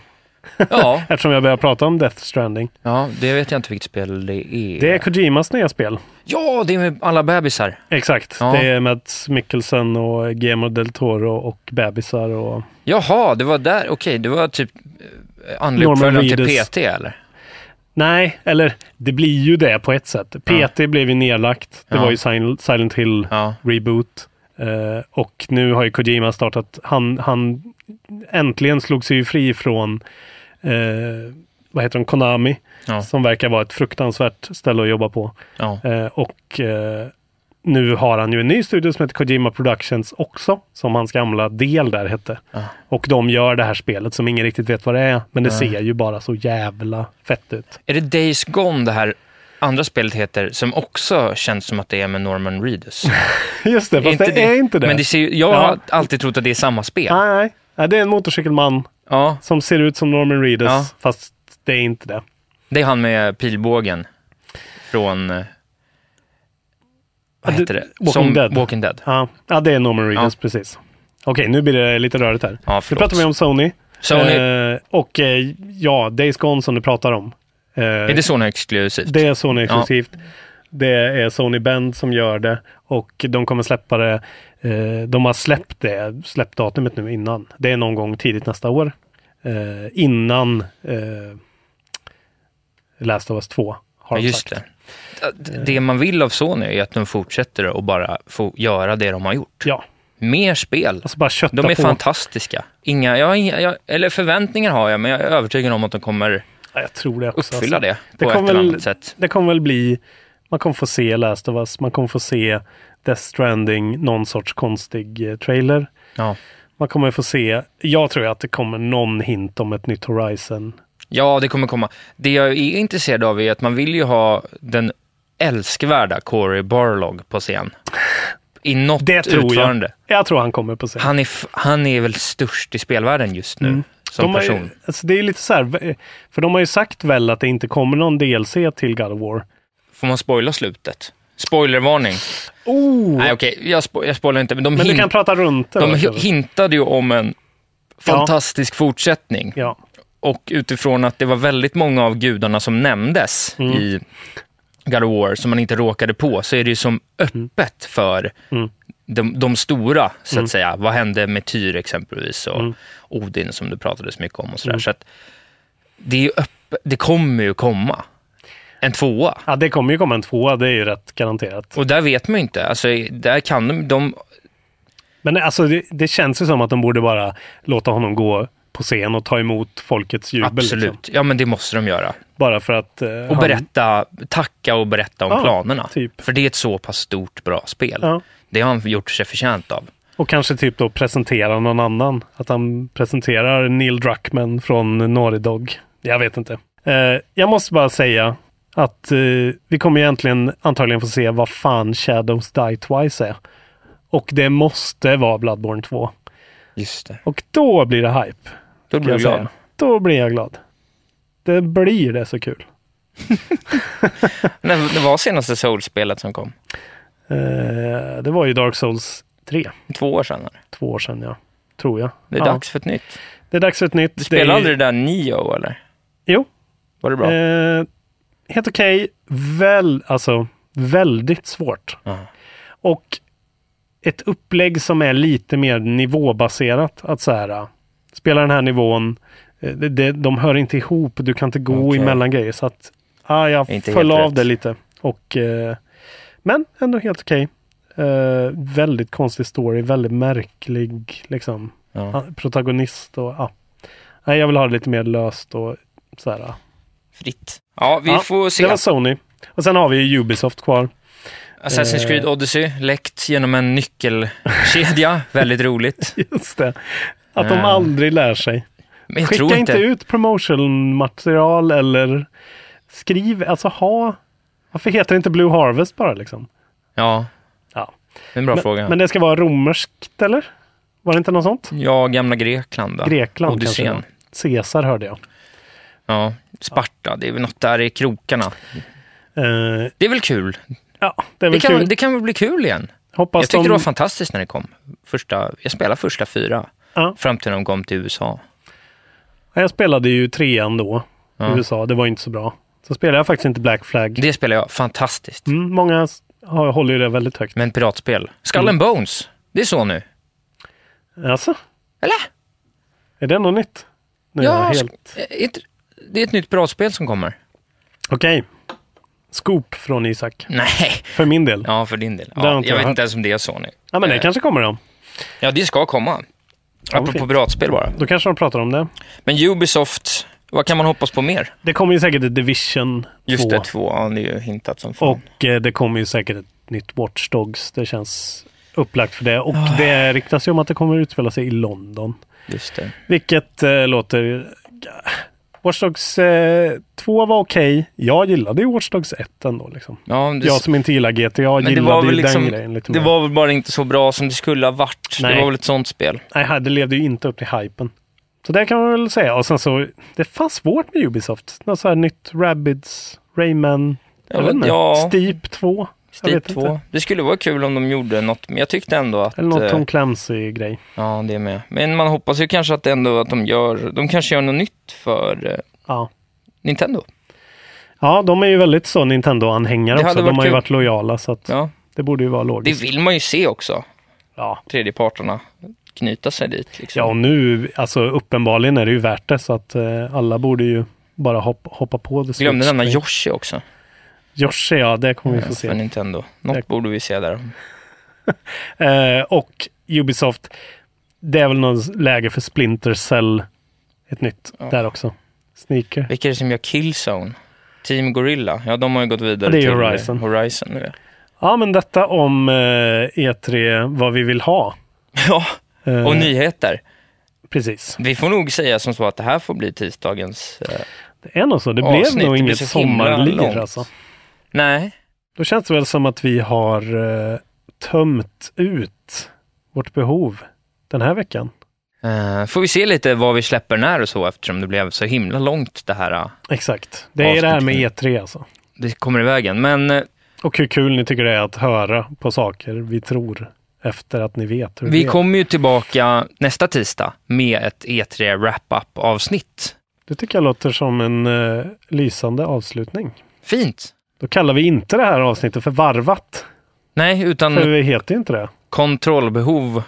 Ja, Eftersom jag börjar prata om Death Stranding. ja, det vet jag inte vilket spel det är. Det är Kojimas nya spel. Ja, det är med alla bebisar. Exakt. Ja. Det är Mats Mikkelsen och Guillermo del Toro och bebisar och... Jaha, det var där. Okej, det var typ eh, andlig Norman uppföljare till Reedus. PT eller? Nej, eller det blir ju det på ett sätt. PT blev ju nedlagt. Det Ja. var ju Sil- Silent Hill Ja. Reboot. Eh, och nu har ju Kojima startat, han, han äntligen slog sig ju fri från, eh, vad heter de, Konami. Ja. Som verkar vara ett fruktansvärt ställe att jobba på. Ja. Eh, och eh, nu har han ju en ny studio som heter Kojima Productions också, som hans gamla del där hette. Och de gör det här spelet som ingen riktigt vet vad det är, men det ser ju bara så jävla fett ut. Är det Days Gone det här andra spelet heter, som också känns som att det är med Norman Reedus. Just det, fast det, är inte det. Men det ser, ju- jag Ja. har alltid trott att det är samma spel. Nej, nej. nej, det är en motorcykelman Ja, som ser ut som Norman Reedus, Ja. fast det är inte det. det är han med pilbågen från... eh, Vad Ja, det- heter det? Walking Dead. Walking Dead. Ja, ja det är Norman Reedus, Ja. precis. Okej, nu blir det lite rörigt här. Ja, nu förlåt. pratar vi om Sony. Sony, Eh, och eh, ja, Days Gone som du pratar om. Eh, är det Sony exklusivt? det är Sony exklusivt. Det är Sony Band som gör det och de kommer släppa det. Eh, de har släppt det, släppt datumet nu innan. Det är någon gång tidigt nästa år. Eh, innan eh, Last of Us 2 har Ja, de just sagt. det. Det- Det man vill av Sony är att de fortsätter och bara få göra det de har gjort. Ja, Mer spel. alltså bara kötta De är på. fantastiska. Inga, jag, har inga, jag, eller förväntningar har jag, men jag är övertygad om att de kommer Ja, jag tror det också. uppfylla alltså. det på ett kommer eller väl- annat sätt. Det kommer väl bli, man kommer få se Last of Us, man kommer få se Death Stranding, någon sorts konstig eh, trailer. Ja. Man kommer få se, jag tror att det kommer någon hint om ett nytt Horizon. ja, det kommer komma. Det jag är intresserad av är att man vill ju ha den älskvärda Corey Barlog på scen. I något Det tror utförande. jag. Jag tror han kommer på scen. Han är, f- han är väl störst i spelvärlden just nu, som Mm. de har person. ju, alltså det är ju lite så här, för de har ju sagt väl att det inte kommer någon DLC till God of War. Får man spoila slutet? Spoilervarning. Oh, Nej, okej, jag, spo- jag spoilar inte. Men de, men du hin- kan prata runt det. de då, hi- kanske. hintade ju om en fantastisk fortsättning. ja. Och utifrån att det var väldigt många av gudarna som nämndes Mm. i God of War, som man inte råkade på, så är det ju som öppet för Mm. de, de stora, så att säga. Vad hände med Tyr exempelvis och Mm. Odin som du pratade så mycket om och sådär. Så att det, är ju öpp- det kommer ju komma en tvåa. ja, det kommer ju komma en tvåa, det är ju rätt garanterat. Och där vet man ju inte. Alltså, där kan de, de... Men alltså det, det känns ju som att de borde bara låta honom gå på scen och ta emot folkets jubel. Absolut. Liksom. Ja, men det måste de göra. Bara för att... eh, Och han- berätta, tacka och berätta om Ja, planerna. typ. För det är ett så pass stort, bra spel. Ja. Det har han gjort sig förtjänt av. Och kanske typ då presentera någon annan. Att han presenterar Neil Druckmann från Naughty Dog. Jag vet inte. Eh, jag måste bara säga att eh, vi kommer ju äntligen antagligen få se vad fan Shadows Die Twice är. Och det måste vara Bloodborne 2. Just det. Och då blir det hype. Då blir kan du jag glad. säga. Då blir jag glad. Det blir det så kul. När, det var senaste Soul-spelet som kom. Eh, det var ju Dark Souls 3, Två år sedan. eller? två år sedan ja. Tror jag. Det är ja. dags för ett nytt. Det är dags för ett nytt. Du spelade det är- aldrig det där Nio eller? Jo, Var det bra? Eh, helt okej. Väl, alltså, väldigt svårt. Ja. Och ett upplägg som är lite mer nivåbaserat. Att så här, eh, spela den här nivån. eh, Det, det, de hör inte ihop. Du kan inte gå Okej. emellan grejer. Så att ah, jag Inte föll helt av rätt. det lite. Och, eh, men ändå helt okej. Eh, väldigt konstig story. Väldigt märklig liksom, ja. ah, protagonist. Och, ah. Nej, jag vill ha det lite mer löst och så här. ah. Fritt. Ja, vi Ja, får se. Det var Sony. Och sen har vi ju Ubisoft kvar. Assassin's eh, Creed Odyssey, läckt genom en nyckelkedja. Väldigt roligt. Just det. Att de Eh. aldrig lär sig. Men jag tror Skicka inte inte... ut promotionmaterial eller skriv, alltså ha. Varför heter det inte Blue Harvest bara liksom? Ja. Ja. Det är en bra men, fråga. men det ska vara romerskt eller? Var det inte något sånt? Ja, gamla Grekland då. Grekland Odysseen. kanske. Caesar hörde jag. Ja, Sparta, det är väl något där i krokarna. Eh, Det är väl kul. ja, det är Det väl kan, kul. det kan väl bli kul igen. Hoppas jag tyckte de... det var fantastiskt när det kom. Första, jag spelade första fyra, Ja. fram till de kom till USA. Ja, Jag spelade ju trean då, i Ja. USA. Det var inte så bra. Så spelade jag faktiskt inte Black Flag. Det spelade jag fantastiskt. Mm, många s- har- håller ju det väldigt högt. Men piratspel. Skull Mm. and Bones, det är så nu. Alltså? Eller? Är det något nytt? Nu är jag helt... sk- eh, inte- Det är ett nytt piratspel som kommer. Okej. Scoop från Isak. Nej, För min del. Ja, ja för din del. Det har Ja, inte jag jag vet hört. inte ens om det är så nu. men det Eh, kanske kommer då. Ja, det ska komma. Apropå fint. piratspel bara. Då kanske de pratar om det. Men Ubisoft, vad kan man hoppas på mer? Det kommer ju säkert ett Division 2. Just det, två. Ja, det är ju hintat som fan. Och eh, det kommer ju säkert ett nytt Watch Dogs. Det känns upplagt för det. Och Ah. det riktas ju om att det kommer utspela sig i London. Just det. Vilket eh, låter... Watch Dogs eh, 2 var okej. Jag gillade ju Watch Dogs 1 ändå. Liksom. Ja, men det, Jag som inte gillar GTA men det gillade var ju väl liksom, den grejen lite det mer. var väl bara inte så bra som det skulle ha varit. Nej. Det var väl ett sånt spel. Nej, det levde ju inte upp till hypen. Så det kan man väl säga. Och sen så, det fanns svårt med Ubisoft. Något så här nytt Rabbids, Rayman, Ja, jag vet men- inte. ja. Steep 2. Jag Steve vet inte. 2. Det skulle vara kul om de gjorde något, men jag tyckte ändå att... Eller något eh, Tom Clancy-grej. Ja, det med. Men man hoppas ju kanske att ändå att de gör, de kanske gör något nytt för eh, Ja. Nintendo. ja, de är ju väldigt så Nintendo-anhängare Det också. hade De varit har ju kul. varit lojala så att Ja, det borde ju vara det logiskt. vill man ju se också, Ja. tredjeparterna knyta sig dit. Liksom. ja, och nu, alltså uppenbarligen är det ju värt det så att eh, alla borde ju bara hoppa, hoppa på det. Glömde nämna Yoshi. Yoshi också, Yoshi, ja det kommer vi få se. för Nintendo. Något Jag- borde vi se där. Eh, och Ubisoft, det är väl något läge för Splinter Cell, ett nytt Ja. där också. Sneaker. Vilka är det som gör Killzone? Team Gorilla? Ja, de har ju gått vidare Ja, det är till eh, Horizon. Horizon nu. Ja, men detta om eh, E3, vad vi vill ha. Ja, Eh, och nyheter. Precis. Vi får nog säga som så att det här får bli tisdagens... Eh, Det är nog så. Det blev Avsnitt, nog det blir inget så himla långt. sommarlir alltså. nej, Då känns det väl som att vi har eh, tömt ut vårt behov den här veckan. Eh, får vi se lite vad vi släpper när och så eftersom det blev så himla långt det här. eh, Exakt. Det är det här med Avsnitt E3 alltså. Det kommer i vägen. Men eh, Och hur kul ni tycker det är att höra på saker vi tror efter att ni vet hur vi det är. kommer ju tillbaka nästa tisdag med ett E E3 wrap-up avsnitt. Det tycker jag låter som en eh, lysande avslutning. Fint! Då kallar vi inte det här avsnittet för varvat. Nej, För utan vi heter ju inte det. kontrollbehov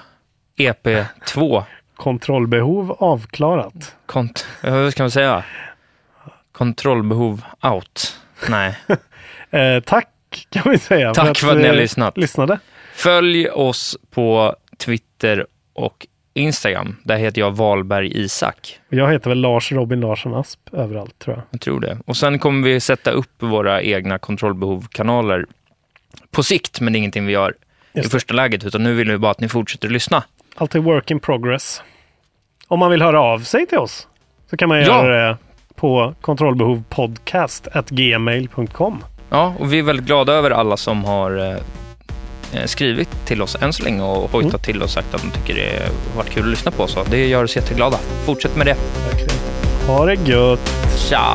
E EP2. Kontrollbehov avklarat. Kont- eh, vad ska man säga? Kontrollbehov out. Nej. Eh, tack kan vi säga. Tack för att ni har eh, lyssnat. Lyssnade. Följ oss på Twitter och Instagram. Där heter jag Valberg Isak. Och Jag heter väl Lars Robin Larsson Asp överallt tror jag. Jag tror det. Och sen kommer vi sätta upp våra egna kontrollbehovkanaler på sikt, men det är ingenting vi gör Just i första läget, utan nu vill vi bara att ni fortsätter att lyssna. Alltid work in progress. Om man vill höra av sig till oss så kan man Ja. göra det på kontrollbehovpodcast.gmail.com. Ja, och vi är väldigt glada över alla som har eh, eh, skrivit till oss än så länge och hojtat till och sagt att de tycker det har varit kul att lyssna på. Så det gör oss jätteglada. Fortsätt med det. Ha det gött! Tja!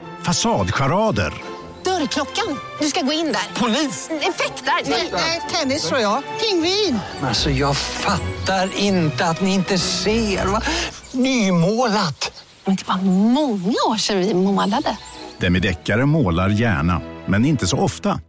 Fasadcharader. Dörrklockan. Du ska gå in där. Polis? Effektar? Nej, tennis tror jag. Pingvin. Alltså jag fattar inte att ni inte ser. Va? Nymålat! Men det var många år sedan vi målade. Demideckare målar gärna, men inte så ofta.